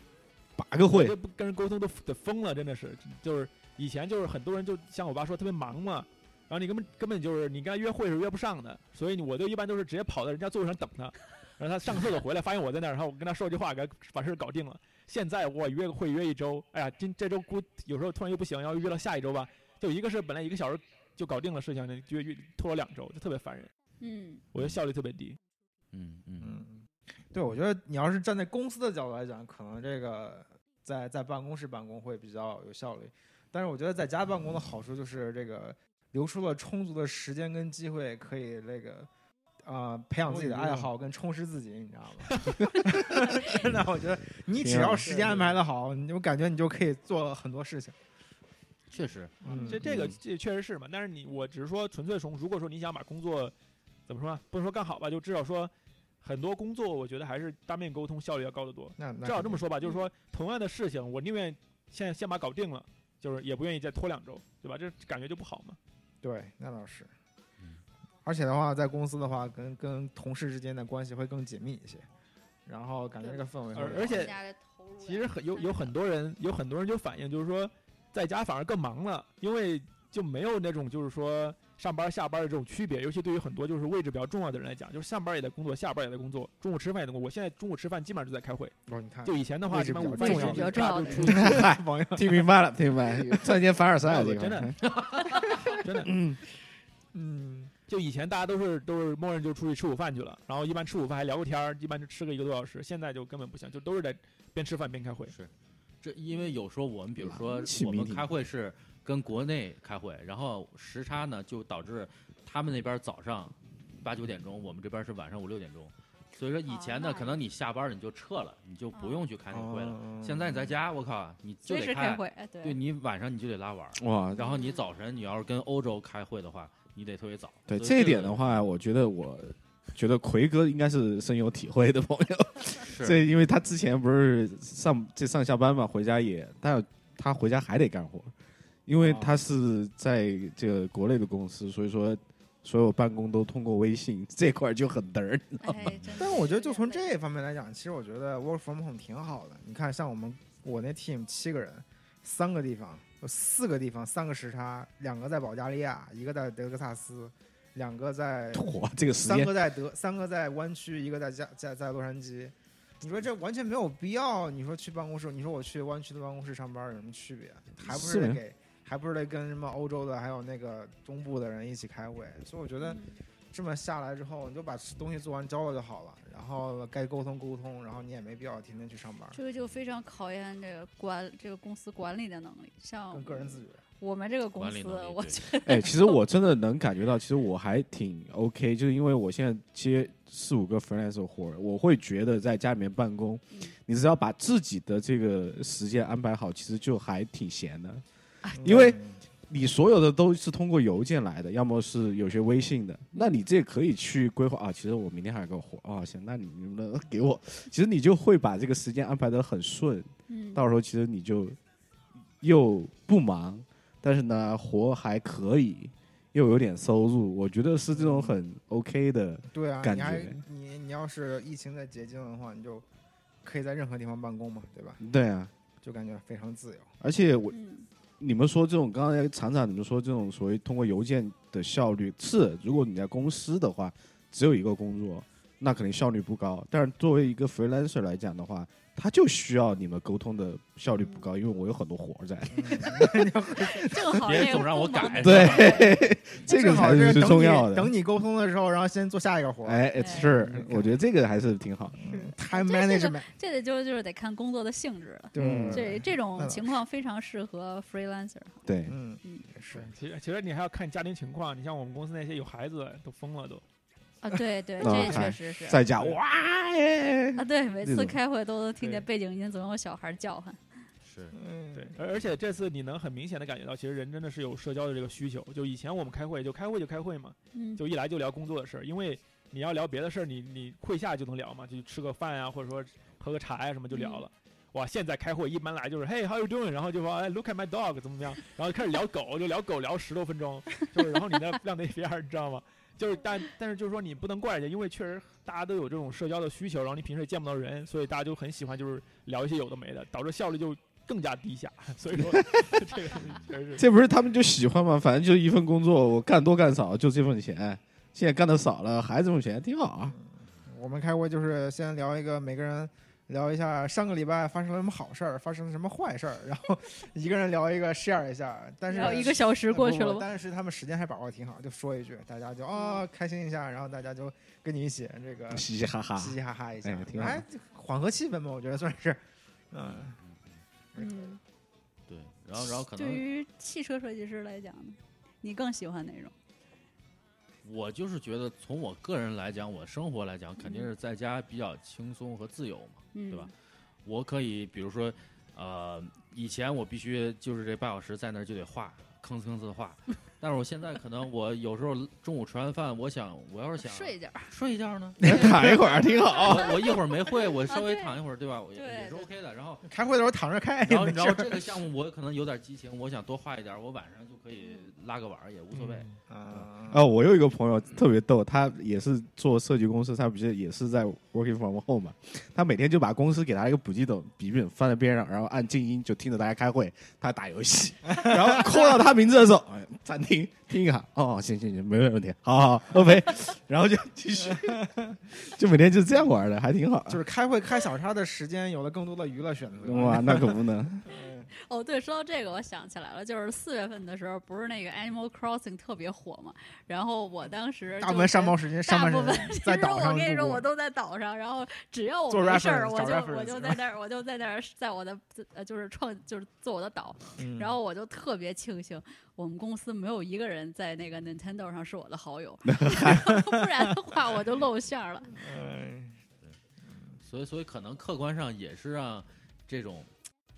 F: 拔个
G: 我
F: 会
G: 这，不跟人沟通都得疯了，真的是，就是以前就是很多人就像我爸说特别忙嘛，然后你根本根本就是你跟他约会是约不上的，所以我就一般都是直接跑到人家座位上等他，然后他上个厕所回来发现我在那儿，然后我跟他说句话，给他把事儿搞定了。现在我约个会约一周，哎呀，今这周估有时候突然又不行，要约到下一周吧，就一个是本来一个小时就搞定了事情，那就约拖了两周，就特别烦人，
D: 嗯，
G: 我觉得效率特别低。
C: 嗯嗯嗯
E: 嗯，对，我觉得你要是站在公司的角度来讲，可能这个在在办公室办公会比较有效率。但是我觉得在家办公的好处就是这个留出了充足的时间跟机会，可以那个啊培养自己的爱好跟充实自己，你知道吗？ 真的，我觉得你只
G: 啊
E: 要时间安排的好，你就感觉你就可以做很多事情。
C: 确实，
E: 嗯，
G: 这这个
F: 嗯
G: 这确实是嘛，但是你我只是说纯粹从，如果说你想把工作怎么说呢，啊不能说干好吧，就至少说很多工作，我觉得还是当面沟通效率要高得多。
E: 那
G: 至少这么
E: 说，
G: 说吧，就是说同样的事情，我宁愿现在先把搞定了，就是也不愿意再拖两周，对吧？这感觉就不好嘛。
E: 对，那倒是
C: 嗯。
E: 而且的话，在公司的话，跟跟同事之间的关系会更紧密一些，然后感觉这个氛围会
G: 而
E: 更
G: 而且
D: 大家的投入
G: 其实很有
D: 太
G: 有
D: 大
G: 很
D: 了
G: 多人有很多人就反映，就是说在家反而更忙了，因为就没有那种就是说上班下班的这种区别，尤其对于很多就是位置比较重要的人来讲，就是上班也在工作，下班也在工作，中午吃饭也在工作。我现在中午吃饭基本上就在开会，
E: 哦，你看，
G: 就以前的话，
E: 位
G: 一
E: 置
G: 般
E: 比较
G: 午
E: 重
G: 饭
E: 要
G: 时
E: 比
D: 较
G: 间大家
D: 重要
G: 都
D: 的
G: 出
D: 人
G: 去
E: 嗨，朋友，
F: 听明白了，听明白了，突然间凡尔赛了，
G: 我
F: 这块
G: 真
F: 儿
G: 的， 真的，
E: 嗯，
G: 就以前大家都是都是默认就出去吃午饭去了，然后一般吃午饭还聊个天儿，一般就吃个一个多小时。现在就根本不行，就都是在边吃饭边开会。
C: 这因为有时候我们比如说
F: 嗯起
C: 我们
F: meeting
C: 开会是跟国内开会，然后时差呢就导致他们那边早上八九点钟，我们这边是晚上五六点钟。所以说以前呢，
D: 哦那哦
C: 可能你下班了你就撤了，你就不用去开那个会
F: 哦
C: 了。
E: 嗯
C: 现在你在家，我靠，你就
D: 随
C: 得
D: 时开
C: 看，
D: 会，哎
C: 对你晚上你就得拉晚儿，
F: 哇，
C: 然后你早晨你要是跟欧洲开会的话，你得特别早。
F: 对
C: 所以
F: 这一点
C: 个
F: 的话，我觉得我觉得奎哥应该是深有体会的朋友。
C: 是
F: 这因为他之前不是上这上下班嘛，回家也，但他回家还得干活，因为
E: 哦
F: 他是在这个国内的公司，所以说所有办公都通过微信，这块儿就很嘚儿。
D: 哎， 真
E: 但
D: 的
E: 是我觉得
D: 有
E: 就
D: 点
E: 从
D: 累
E: 这方面来讲，其实我觉得 work from home 挺好的。你看，像我们我那 team 七个人，三个地方，有四个地方，三个时差，两个在保加利亚，一个在德克萨斯，两个在
F: 哇，这个时
E: 三
F: 间
E: 个在德，三个在湾区，一个在加在在洛杉矶。你说这完全没有必要。你说去办公室，你说我去湾区的办公室上班有什么区别？还不
F: 是
E: 是得
F: 吗
E: 给，还不是得跟什么欧洲的还有那个东部的人一起开会。所以我觉
F: 嗯
E: 得
D: 嗯
E: 这么下来之后，你就把东西做完交了就好了。然后该沟通沟通，然后你也没必要天天去上班，
D: 这个就非常考验这个管这个公司管理的能力。像
E: 跟个人自觉。
D: 我们这个公
C: 管理
D: 司，
C: 能力
D: 我
C: 对
D: 觉
F: 哎，其实我真的能感觉到，其实我还挺 OK，就是因为我现在接四五个 freelance 活儿，我会觉得在家里面办公，
D: 嗯
F: 你只要把自己的这个时间安排好，其实就还挺闲的。
E: 嗯
F: 因为你所有的都是通过邮件来的，要么是有些微信的，那你这可以去规划啊。其实我明天还有个活啊，行，那你能不能给我？其实你就会把这个时间安排的很顺，
D: 嗯，
F: 到时候其实你就又不忙，但是呢活还可以，又有点收入，我觉得是这种很 OK 的。
E: 对啊，
F: 感
E: 你还
F: 觉
E: 你你要是疫情在解禁的话，你就可以在任何地方办公嘛，对吧？
F: 对啊，
E: 就感觉非常自 由。
F: 而且我
D: 嗯，
F: 你们说这种刚才厂长你们说这种所谓通过邮件的效率是，如果你在公司的话，只有一个工作，那肯定效率不高。但是作为一个 freelancer 来讲的话，他就需要你们沟通的效率不高，因为我有很多活儿在。
D: 正好
C: 别
D: 这
C: 总
D: 个
C: 让我
D: 不忙
C: 改
D: 的
F: 对
D: 时候，
F: 这个
E: 正好
F: 才是
E: 等
F: 最
E: 你
F: 重要的。
E: 等你沟通的时候，然后先做下一个活。
F: 哎，哎是，我觉得这个还是挺好的。
E: 嗯，time
D: 这是
E: management，
D: 这得就就是得看工作的性质了。
F: 嗯
D: 这这
E: 那
D: 种
E: 倒
D: 情况非常适合 freelancer。
F: 对，
E: 嗯
D: 嗯，
E: 也是。
G: 其实其实你还要看家庭情况，你像我们公司那些有孩子的都疯了都。
D: 啊，对对，
F: 那
D: 这确
F: 看
D: 实是。
F: 在家哇，哎
D: 啊，对，每
F: 那
D: 次
F: 种
D: 开会都能听见
G: 对
D: 背景音，总有小孩叫唤。
C: 是
E: 嗯，
G: 对，而而且这次你能很明显的感觉到，其实人真的是有社交的这个需求。就以前我们开会就开会就开会嘛，
D: 嗯，
G: 就一来就聊工作的事儿，因为你要聊别的事儿，你你会下就能聊嘛，就吃个饭啊，或者说喝个茶呀、什么就聊了。哇，现在开会一般来就是 Hey how you doing，然后就说哎 Look at my dog 怎么样，然后开始聊狗，就聊狗聊十多分钟，就是然后你在晾在一边儿，你知道吗？就是但但是就是说你不能怪人家，因为确实大家都有这种社交的需求，然后你平时也见不到人，所以大家就很喜欢就是聊一些有的没的，导致效率就更加低下。 所以说这个确实是。
F: 这不是他们就喜欢吗？反正就一份工作，我干多干少就这份钱。现在干的少了，还这份钱，挺好啊。
E: 我们开会就是先聊一个，每个人聊一下上个礼拜发生了什么好事儿，发生了什么坏事儿，然 后一个人聊一个 share 一下。但是呃
D: 然后一个小时过去
E: 不不
D: 了吧，
E: 但是他们时间还把握挺好，就说一句，大家就啊、
D: 嗯
E: 开心一下，然后大家就跟你一起这个
F: 嘻嘻哈哈，
E: 嘻嘻哈哈一下
F: 哎，挺好
E: 哎，缓和气氛嘛，我觉得算是。嗯，
D: 嗯，
C: 对，然后然后可
D: 对
C: 能
D: 于汽车设计师来讲呢，你更喜欢哪种？
C: 我就是觉得，从我个人来讲，我生活来讲，肯定是在家比较轻松和自由嘛。
D: 嗯，
C: 对吧？我可以，比如说， 呃，以前我必须就是这半小时在那儿就得画，吭哧吭哧的画，但是我现在可能我有时候中午吃完饭，我想我要是想啊
D: 睡一觉儿。
C: 睡一觉呢， 哦
F: 躺一会儿挺好。
C: 我我一会儿没会，我稍微
D: 啊对
C: 躺一会儿，对吧？我也
D: 对
C: 也是
D: 对
C: OK 的。然 后
E: 开会的时候躺着开也
C: 然后
E: 没
C: 然
E: 事
C: 后
E: 儿
C: 这个项目我可能有点激情，我想多画一点儿，我晚上就可以拉个碗儿也无所谓。
G: 嗯
E: 啊
F: 啊，我有一个朋友特别逗，他也是做设计公司，他不是也是在 working from home 嘛？他每天就把公司给他一个笔记本笔记本放在边上，然后按静音就听着大家开会，他打游戏， 然后 call 到他名字的时候，哎暂停听一下，哦，行行行，没问题，好好好 OK，然 后就继续， 就每天就这样玩的，还挺好。
E: 就是开会开小差的时间有了更多的娱乐选择。
F: 哇，那可不 能，
D: 哦，对，说到这个，我想起来了，就是四月份的时候，不是那个 Animal Crossing 特别火嘛？然后我当时
E: 大
D: 就
E: 部分
D: 跟
E: 上班时间，上
D: 大
E: 班
D: 部分
E: 时
D: 其
E: 间
D: 实
E: 在岛
D: 我
E: 上
D: 跟你说，
E: 度
D: 我
E: 过。
D: 都在岛上，然后只要我
E: 做
D: 没事
E: reference，
D: 儿，我
E: 找
D: 就
E: reference
D: 我就在那儿，我就在那儿，在我的呃就是创就是做我的岛，
G: 嗯
D: 然后我就特别庆幸，我们公司没有一个人在那个 Nintendo 上是我的好 友，不然的话我就露馅儿了。
G: 哎
C: 所以所以可能客观上也是让这种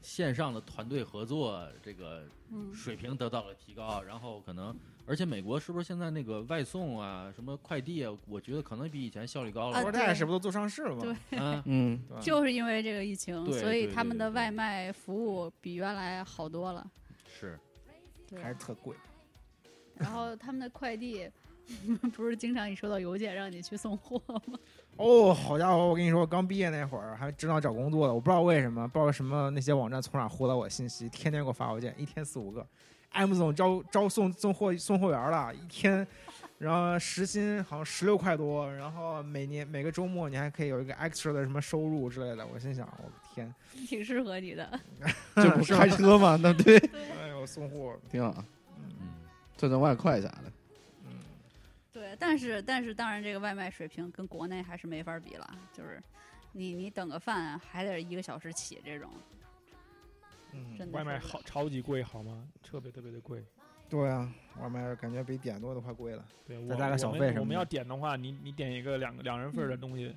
C: 线上的团队合作这个
D: 嗯，
C: 水平得到了提高，然后可能。而且美国是不是现在那个外送啊，什么快递啊，我觉得可能比以前效率高
D: 啊
E: 国
C: 了。
E: 泰是不是都做上市了
D: 对
E: 吗？
C: 嗯，
F: 嗯，
E: 对吧
D: 就是因为这个疫情，
C: 对
D: 所以
C: 对
D: 他
C: 对
D: 们的
C: 对
D: 外卖服务比原来好多了。
C: 是
D: 对
E: 还是特贵。
D: 然后他们的快递 不是经常你收到邮件让你去送货吗？
E: 哦，好家伙！我跟你说，我刚毕业那会儿还知道找工作了，我不知道为什么，不知道什么那些网站从哪获得我信息，天天给我发邮件，一天四五个。M 总招招送送货送货员了，一天，然后时薪好像十六块多，然后每年每个周末你还可以有一个 extra 的什么收入之类的。我心想，我的天，
D: 挺适合你的。
F: 这不开车嘛，那 对，
E: 哎呦，送货
F: 挺好，
C: 嗯，
F: 赚赚外快啥的。
D: 对，但是但是当然，这个外卖水平跟国内还是没法比了，就是你你等个饭啊还得一个小时起这种，
E: 嗯
D: 真的
G: 外卖
D: 受不了
G: 好，超级贵，好吗？特别特别的贵。
E: 对啊，外卖感觉比点多的话贵了。
G: 对，
E: 再
G: 我
E: 加点小
G: 我
E: 费
G: 们
E: 什
G: 我
E: 么
G: 们
E: 的
G: 要点的话，你你点一个两两人份儿的东西，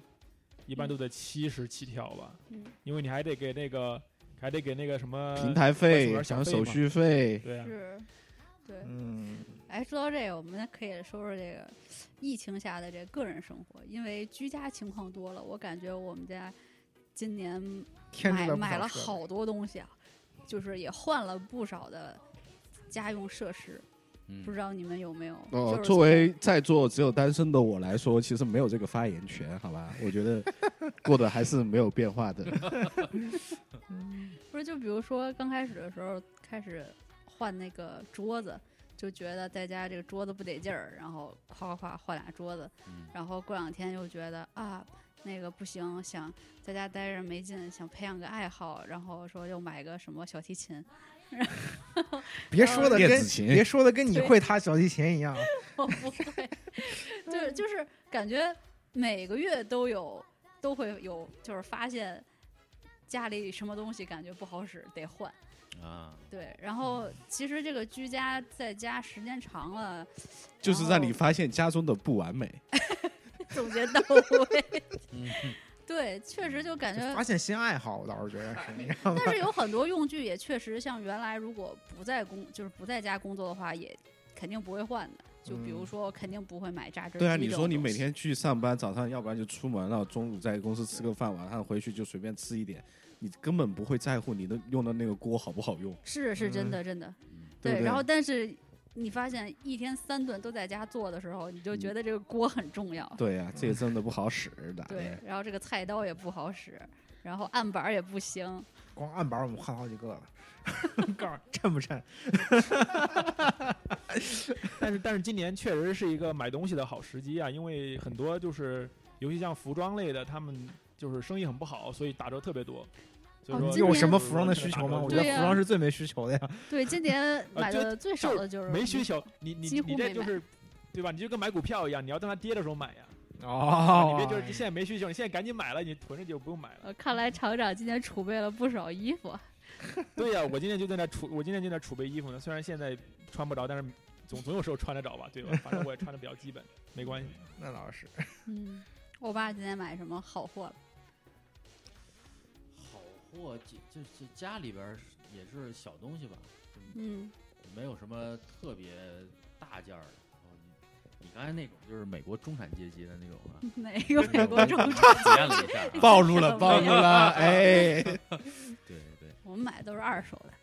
G: 一般都得七十起跳吧，
D: 嗯
G: 因为你还得给那个还得给那个什么
F: 平。台费、
G: 小
F: 然后
G: 费
F: 手
G: 嘛
F: 续费，
G: 对啊，
D: 是，对。
E: 嗯，
D: 哎，说到这个，我们可以说说这个疫情下的这个人生活，因为居家情况多了，我感觉我们家今年
E: 添置
D: 买
E: 了不
D: 买
E: 少
D: 了
E: 设备
D: 好多东西啊，就是也换了不少的家用设施，
C: 嗯
D: 不知道你们有没有？
F: 哦
D: 就，是
F: 作为在座只有单身的我来说，其实没有这个发言权，好吧？我 觉得过得还是没有变化的。
D: 不是就比如说刚开始的时候开始换那个桌子，就觉得在家这个桌子不得劲儿，然后夸夸夸换俩桌子，
C: 嗯
D: 然后过两天又觉得啊，那个不行，想在家待着没劲，想培养个爱好，然后说又买个什么小提琴，
E: 别说的
F: 电
E: 跟
F: 子琴
E: 别说的跟你
D: 对
E: 会弹小提 琴一样，
D: 我不会，就是就是感觉每个月都有都会有，就是发现家里什么东西感觉不好使得换，
C: 啊，
D: 对，然后
F: 嗯
D: 其实这个居家在家时间长了，
F: 就是让
D: 哦
F: 你发现家中的不完美。
D: 总结 到位，
C: 嗯，
D: 对，确实就感
E: 就
D: 觉
E: 发现新爱好，我倒是觉 得是，你知道吗？
D: 但是有很多用具也确实像原来如果不在工就是不在家工作的话，也肯定不会换的。就比如
E: 嗯
D: 说，肯定不会买榨汁机这种东西。
F: 对啊，你说你每天去上班，早上要不然就出门了，中午在公司吃个饭，晚上回去就随便吃一点，你根本不会在乎你的用的那个锅好不好用，
D: 是是真的真的，
F: 嗯对不对
D: 然后但是你发现一天三顿都在家做的时候，
F: 嗯
D: 你就觉得这个锅很重要。
F: 对呀、这也真的不好使，打的
D: 对，然后这个菜刀也不好使，然后按板儿也不行。
E: 光案板我们换好几个了， 告诉你衬不衬？
G: 但是但是今年确实是一个买东西的好时机啊，因为很多就是尤其像服装类的，他们就是生意很不好，所以打折特别多。所以
D: 哦
G: 说
D: 今
E: 你
D: 年
E: 有什么服装的需求吗？我觉得
D: 对呀
E: 服装是最没需求的呀。
D: 对，今年买
G: 就
D: 的最少
G: 就
D: 的就是嗯
G: 没需求，你你
D: 几乎
G: 你这
D: 没
G: 就
D: 买
G: 是，对吧？你就跟买股票一样，你要等它跌的时候买呀。
E: 哦
G: 你别就是现在没需求，你现在赶紧买了，你囤着就不用买了。
D: 呃，看来厂长今年储备了不少衣服。啊
G: 对呀、我今天就在那储，我今天就在那储备衣服呢。虽然现在穿不着，但是总总有时候穿得着吧，对吧？反正我也穿的比较基本，没关系。
E: 那倒是，
D: 嗯，我爸今天买什么好货了？
C: 好货，这这这家里边儿也是小东西吧，就
D: 嗯，
C: 没有什么特别大件儿的。哦你你刚才那种就是美国中产阶级的那种啊，
D: 哪个美国中 产？
C: 体验了一下、啊。
F: 暴露了，暴露了， 哎，
C: 对对，
D: 我们买的都是二手的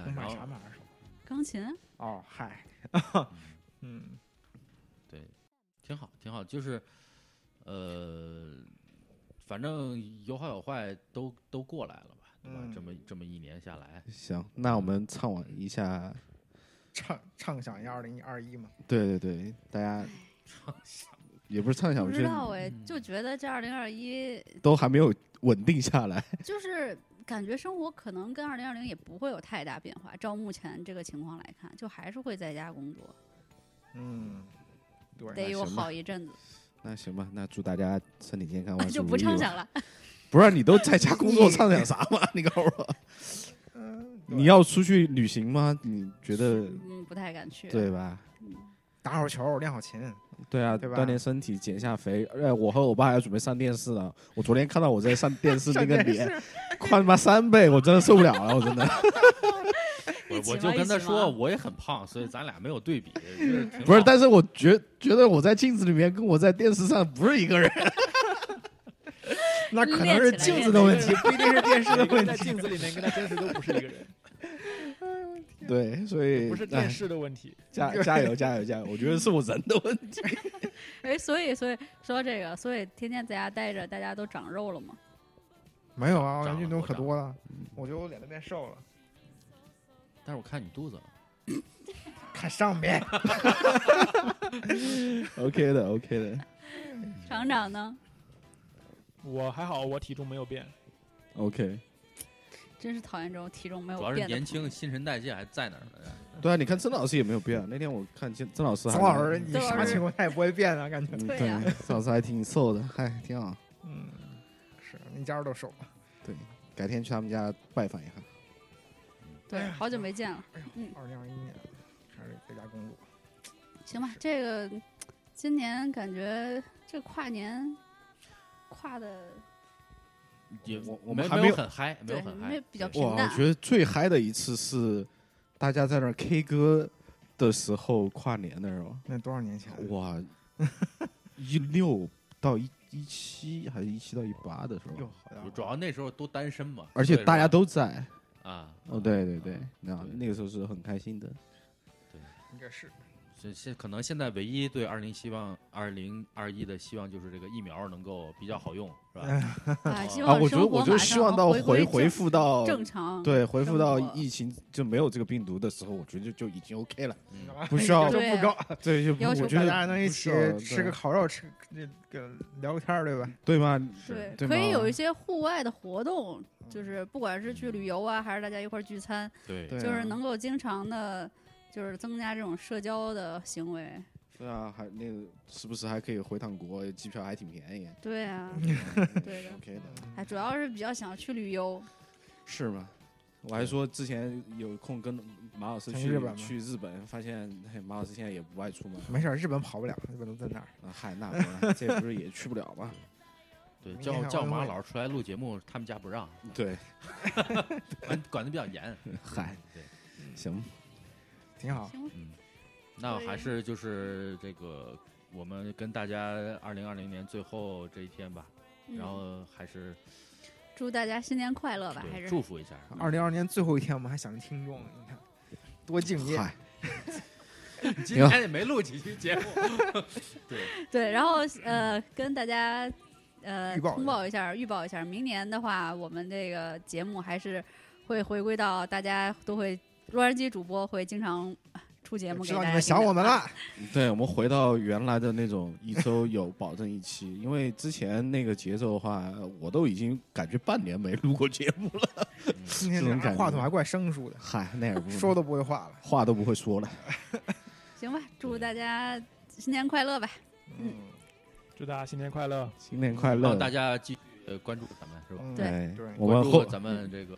C: 呃
E: 我买
C: 然
E: 啥
C: 后
E: 买二手？
D: 钢琴，
E: 哦，嗨，
C: 嗯
E: 嗯，
C: 挺好，挺好，就是，呃，反正有好有坏都都过来了吧，对吧？
E: 嗯
C: 这么这么一年下来，
F: 行，那我们畅往一下，
E: 畅畅想一二零二一嘛，
F: 对对对，大家
D: 哎
F: 也不是畅想，
D: 不
F: 我
D: 知
F: 觉
D: 道
F: 得
D: 哎
C: 嗯，
D: 就觉得这二零二一
F: 都还没有稳定下来。
D: 就是感觉生活可能跟二零二零也不会有太大变化。照目前这个情况来看，就还是会在家工作，
E: 嗯，对，
D: 得有
F: 行吧
D: 好一阵子，
F: 那行吧，那祝大家身体健康，万 事
D: 就
F: 如
D: 不
F: 意
D: 畅
F: 吧
D: 想了。
F: 不是你都在家 工作，畅想啥嘛？你告诉我，
E: 嗯，对
F: 你要出去旅行吗？你觉得
D: 嗯，不太敢去。
F: 对吧？
E: 打好球，练好琴，
F: 对啊，
E: 对吧
F: 锻炼身体，减下肥。呃，我和我爸要准备上电视了。我昨天看到我在上电 视那个脸，宽他妈三倍，我真的受不了了，我真 的。
C: 我
D: 一起
C: 我
D: 吗
C: 就
D: 一
C: 跟他
D: 起
C: 说
D: 吗
C: 我也很胖，所以咱俩没有对比，就是 挺
F: 不是，
C: 好
F: 但是我觉觉得我在镜子里面跟我在电视上不是一个 人。
E: 那可能是镜子的问题，不一定是电视的
G: 每个
E: 问
G: 人在
E: 题。
G: 镜子里面跟他真实都不是一个人，
F: 对，所以
G: 不是
F: 哎
G: 电视的问题。
F: 加加油加油加油！我觉得是我人的问题。
D: 哎，所以所以说到这个，所以天天在家待着，大家都长肉了嘛。
E: 没有啊，我
C: 长了
E: 运动可
C: 多
E: 多了，我觉得我脸都变瘦了。
C: 但是我看你肚子了，
D: 哎
E: 看上 面，
F: OK 的 OK 的嗯
D: 厂长呢，
G: 我还好，我体重没有变。
F: OK。
D: 真是讨厌这种体重没有
C: 主要是
D: 变的
C: 年
D: 朋
C: 轻，
D: 友。
C: 新陈代谢还在那儿呢。
F: 对啊，你看曾老师也没有变啊。那天我看曾曾老师还，
E: 曾老师，你
D: 曾老
E: 啥
D: 师
E: 情况他也不会变啊，感觉。
F: 嗯，
D: 对
F: 对
D: 呀，
F: 曾老师还挺瘦的，还挺好。
E: 嗯，是你家人都瘦了，
F: 改天去他们家拜访一下。
D: 对，好久没见了。
E: 二零二一年还是在家工作。
D: 行吧，这个今年感觉这跨年跨 的
C: 也
F: 我我
C: 没
F: 们还
C: 没
F: 没
C: 有
F: 有
C: 很嗨，没有
D: 对
C: 很
D: 没
C: 嗨，
D: 比较
C: 对
D: 平
F: 哇，
D: 淡
F: 我觉得最嗨的一次是大家在那儿 K 歌的时候，跨年的时候，
E: 那多少年前？
F: 哇，一六到一一七还是一七到一八的时候
E: 哟，，好啊家
C: 我
E: 伙！
C: 主要那时候都单身嘛，
F: 而且大家都在。
C: 都啊，
F: 哦，对对对，那
C: 对
F: 那个时候是很开心的。
E: 应该是
C: 所以现可能现在唯一对二零希望二零二一的希望就是这个疫苗能够比较好用，是吧？
D: 啊，希
C: 啊
F: 啊，
D: 望
F: 我觉
D: 生
F: 得
D: 活
F: 我就
D: 马
F: 希
D: 上
F: 望到
D: 回归
F: 回回
D: 正
F: 复到
D: 正常，
F: 对回
D: 生
F: 复到
D: 活
F: 疫情就没有这个病毒的时候，我觉得就就已经 OK 了，
C: 嗯
F: 不需要
E: 要求
D: 对
E: 不高，
F: 对，就
D: 要
F: 我
D: 求
F: 觉
E: 大
F: 得
E: 家能一
F: 不
E: 起
F: 需要
E: 吃个
F: 对
E: 烤肉，吃那个聊个天儿，对吧？
F: 对吗？
D: 对，
F: 对
D: 可以
F: 吗
D: 有一些户外的活动，就是不管是去旅游啊，还是大家一块儿聚餐，
C: 对
F: 对
D: 就是
F: 啊
D: 能够经常的，就是增加这种社交的行为。
F: 对啊，还那个时不时还可以回趟国，机票还挺便 宜。嗯
D: 对 啊，对的
F: OK 的，
D: 哎，主要是比较想去旅游，
F: 是吗？我还说之前有空跟马老师
E: 想
F: 去
E: 去日本吗
F: 去日本，发现嘿马老师现在也不爱出门。
E: 没事儿，日本跑不了，日本都在那儿。
F: 啊嗨， 那不然这不是也去不了吗？
C: 对，
E: 明
C: 叫
E: 天还
C: 叫
E: 奥运
C: 马
E: 会
C: 老师出来录节目，他们家不让，
F: 对，
C: 管管的比较严。
F: 嗨，
C: 对，
F: 行，
E: 挺好。
D: 行吗？
C: 嗯，那
D: 对
C: 还是就是这个，我们跟大家二零二零年最后这一天吧，
D: 嗯
C: 然后还是
D: 祝大家新年快乐吧，还
C: 对
D: 是
C: 祝福一下。
E: 二零二年最后一天，我们还想着听众，你看多敬业。
F: 嗨，
C: 今
F: 行
C: 天也没录几期节目，
D: 对，然后呃，跟大家呃
E: 嗯预报一下
D: 通报一下，预报一下，明年的话，我们这个节目还是会回归到大家都会，洛杉矶主播会经常出节目给
E: 知道
D: 大
E: 你
D: 家
E: 们想我们
D: 听的啊
E: 了，
F: 对，我们回到原来的那种一周有保证一期，因为之前那个节奏的话，我都已经感觉半年没录过节目了。
E: 今天
F: 这种
E: 这
F: 感觉
E: 话筒还怪生疏的，
F: 嗨，那也不
E: 说都不会话了。
F: 话都不会说了。
D: 行吧，祝大家新年快乐吧！
E: 嗯，
G: 祝大家新年快乐！
F: 新年快
C: 然
F: 乐！
C: 后大家继续呃关注咱们是吧？
E: 嗯
D: 对
F: 哎
E: 对
F: 我
C: 关
F: 们
C: 注
F: 后
C: 咱们这个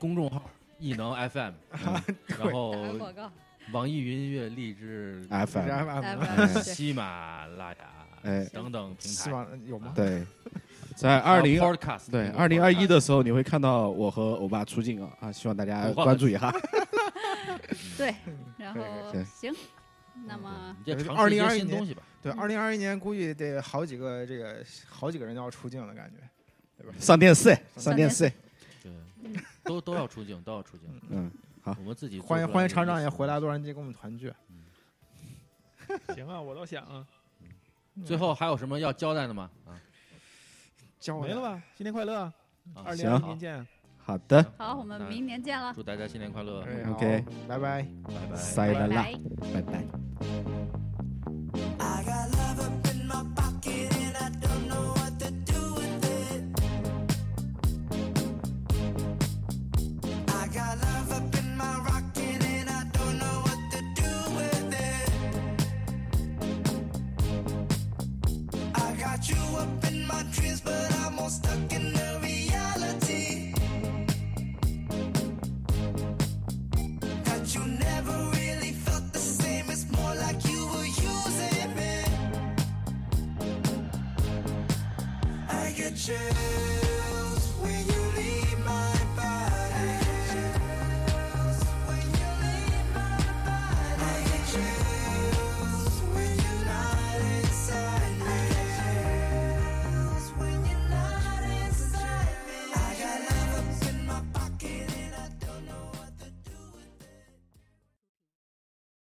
C: 公众号异能 FM，然后
E: 哦
D: 打个广告，
C: 网易云音乐、荔枝、
E: 这
F: FM，
D: 来
E: FM
D: 吧
F: 哎，
D: 对
C: 喜马拉雅
F: 哎
C: 等等平
E: 希
C: 台。
E: 望有吗？
F: 对，在
C: 还
F: 二
C: 有
F: 零
C: Podcast
F: 对
C: 那个
F: 二零二
C: Podcast
F: 一的时候，你会看到我和欧巴出 镜啊啊，希望大家
C: 我忘了
F: 关注一下。
E: 嗯
D: 对，然
E: 可以
D: 后
F: 可以
D: 行，那
E: 嗯
D: 么
C: 你这尝试一些
E: 2021
C: 新
E: 年
C: 东西吧。
E: 对，
D: 嗯
E: 二零二一年估计得好几个这个好几个人要出镜了，感觉。
F: 上电视，
D: 上
F: 上
D: 电
F: 电视，
C: 对
D: 嗯，
C: 都都要出镜，都要出镜。
F: 嗯，好
C: 我们自己做
E: 欢迎
C: 出来
E: 欢迎
C: 的
E: 厂
C: 东
E: 长
C: 西
E: 也回来洛杉矶跟我们团聚。
G: 行啊，我倒想啊，
C: 最后还有什么要交代的吗？啊，
E: 教我
G: 没了吧？新年快乐啊，
C: 啊
G: 二零
F: 行
G: 二一年见啊。
F: 好的，
D: 好，我们
C: 那
D: 明年见了，
C: 祝大家新年快乐，
E: 哎
F: OK
E: 好拜拜。
C: 拜拜。
F: 撒由
D: 拜
F: 那拉
D: 拜，。
F: 拜拜。
A: I got love up in my pocket and I don't know what to do with it. I got love up in my rocket and I don't know what to do with it. I got you up in my dreams, but I'm all stuck in the reality. that you never really felt the same. It's more like you were using me. I get chills when you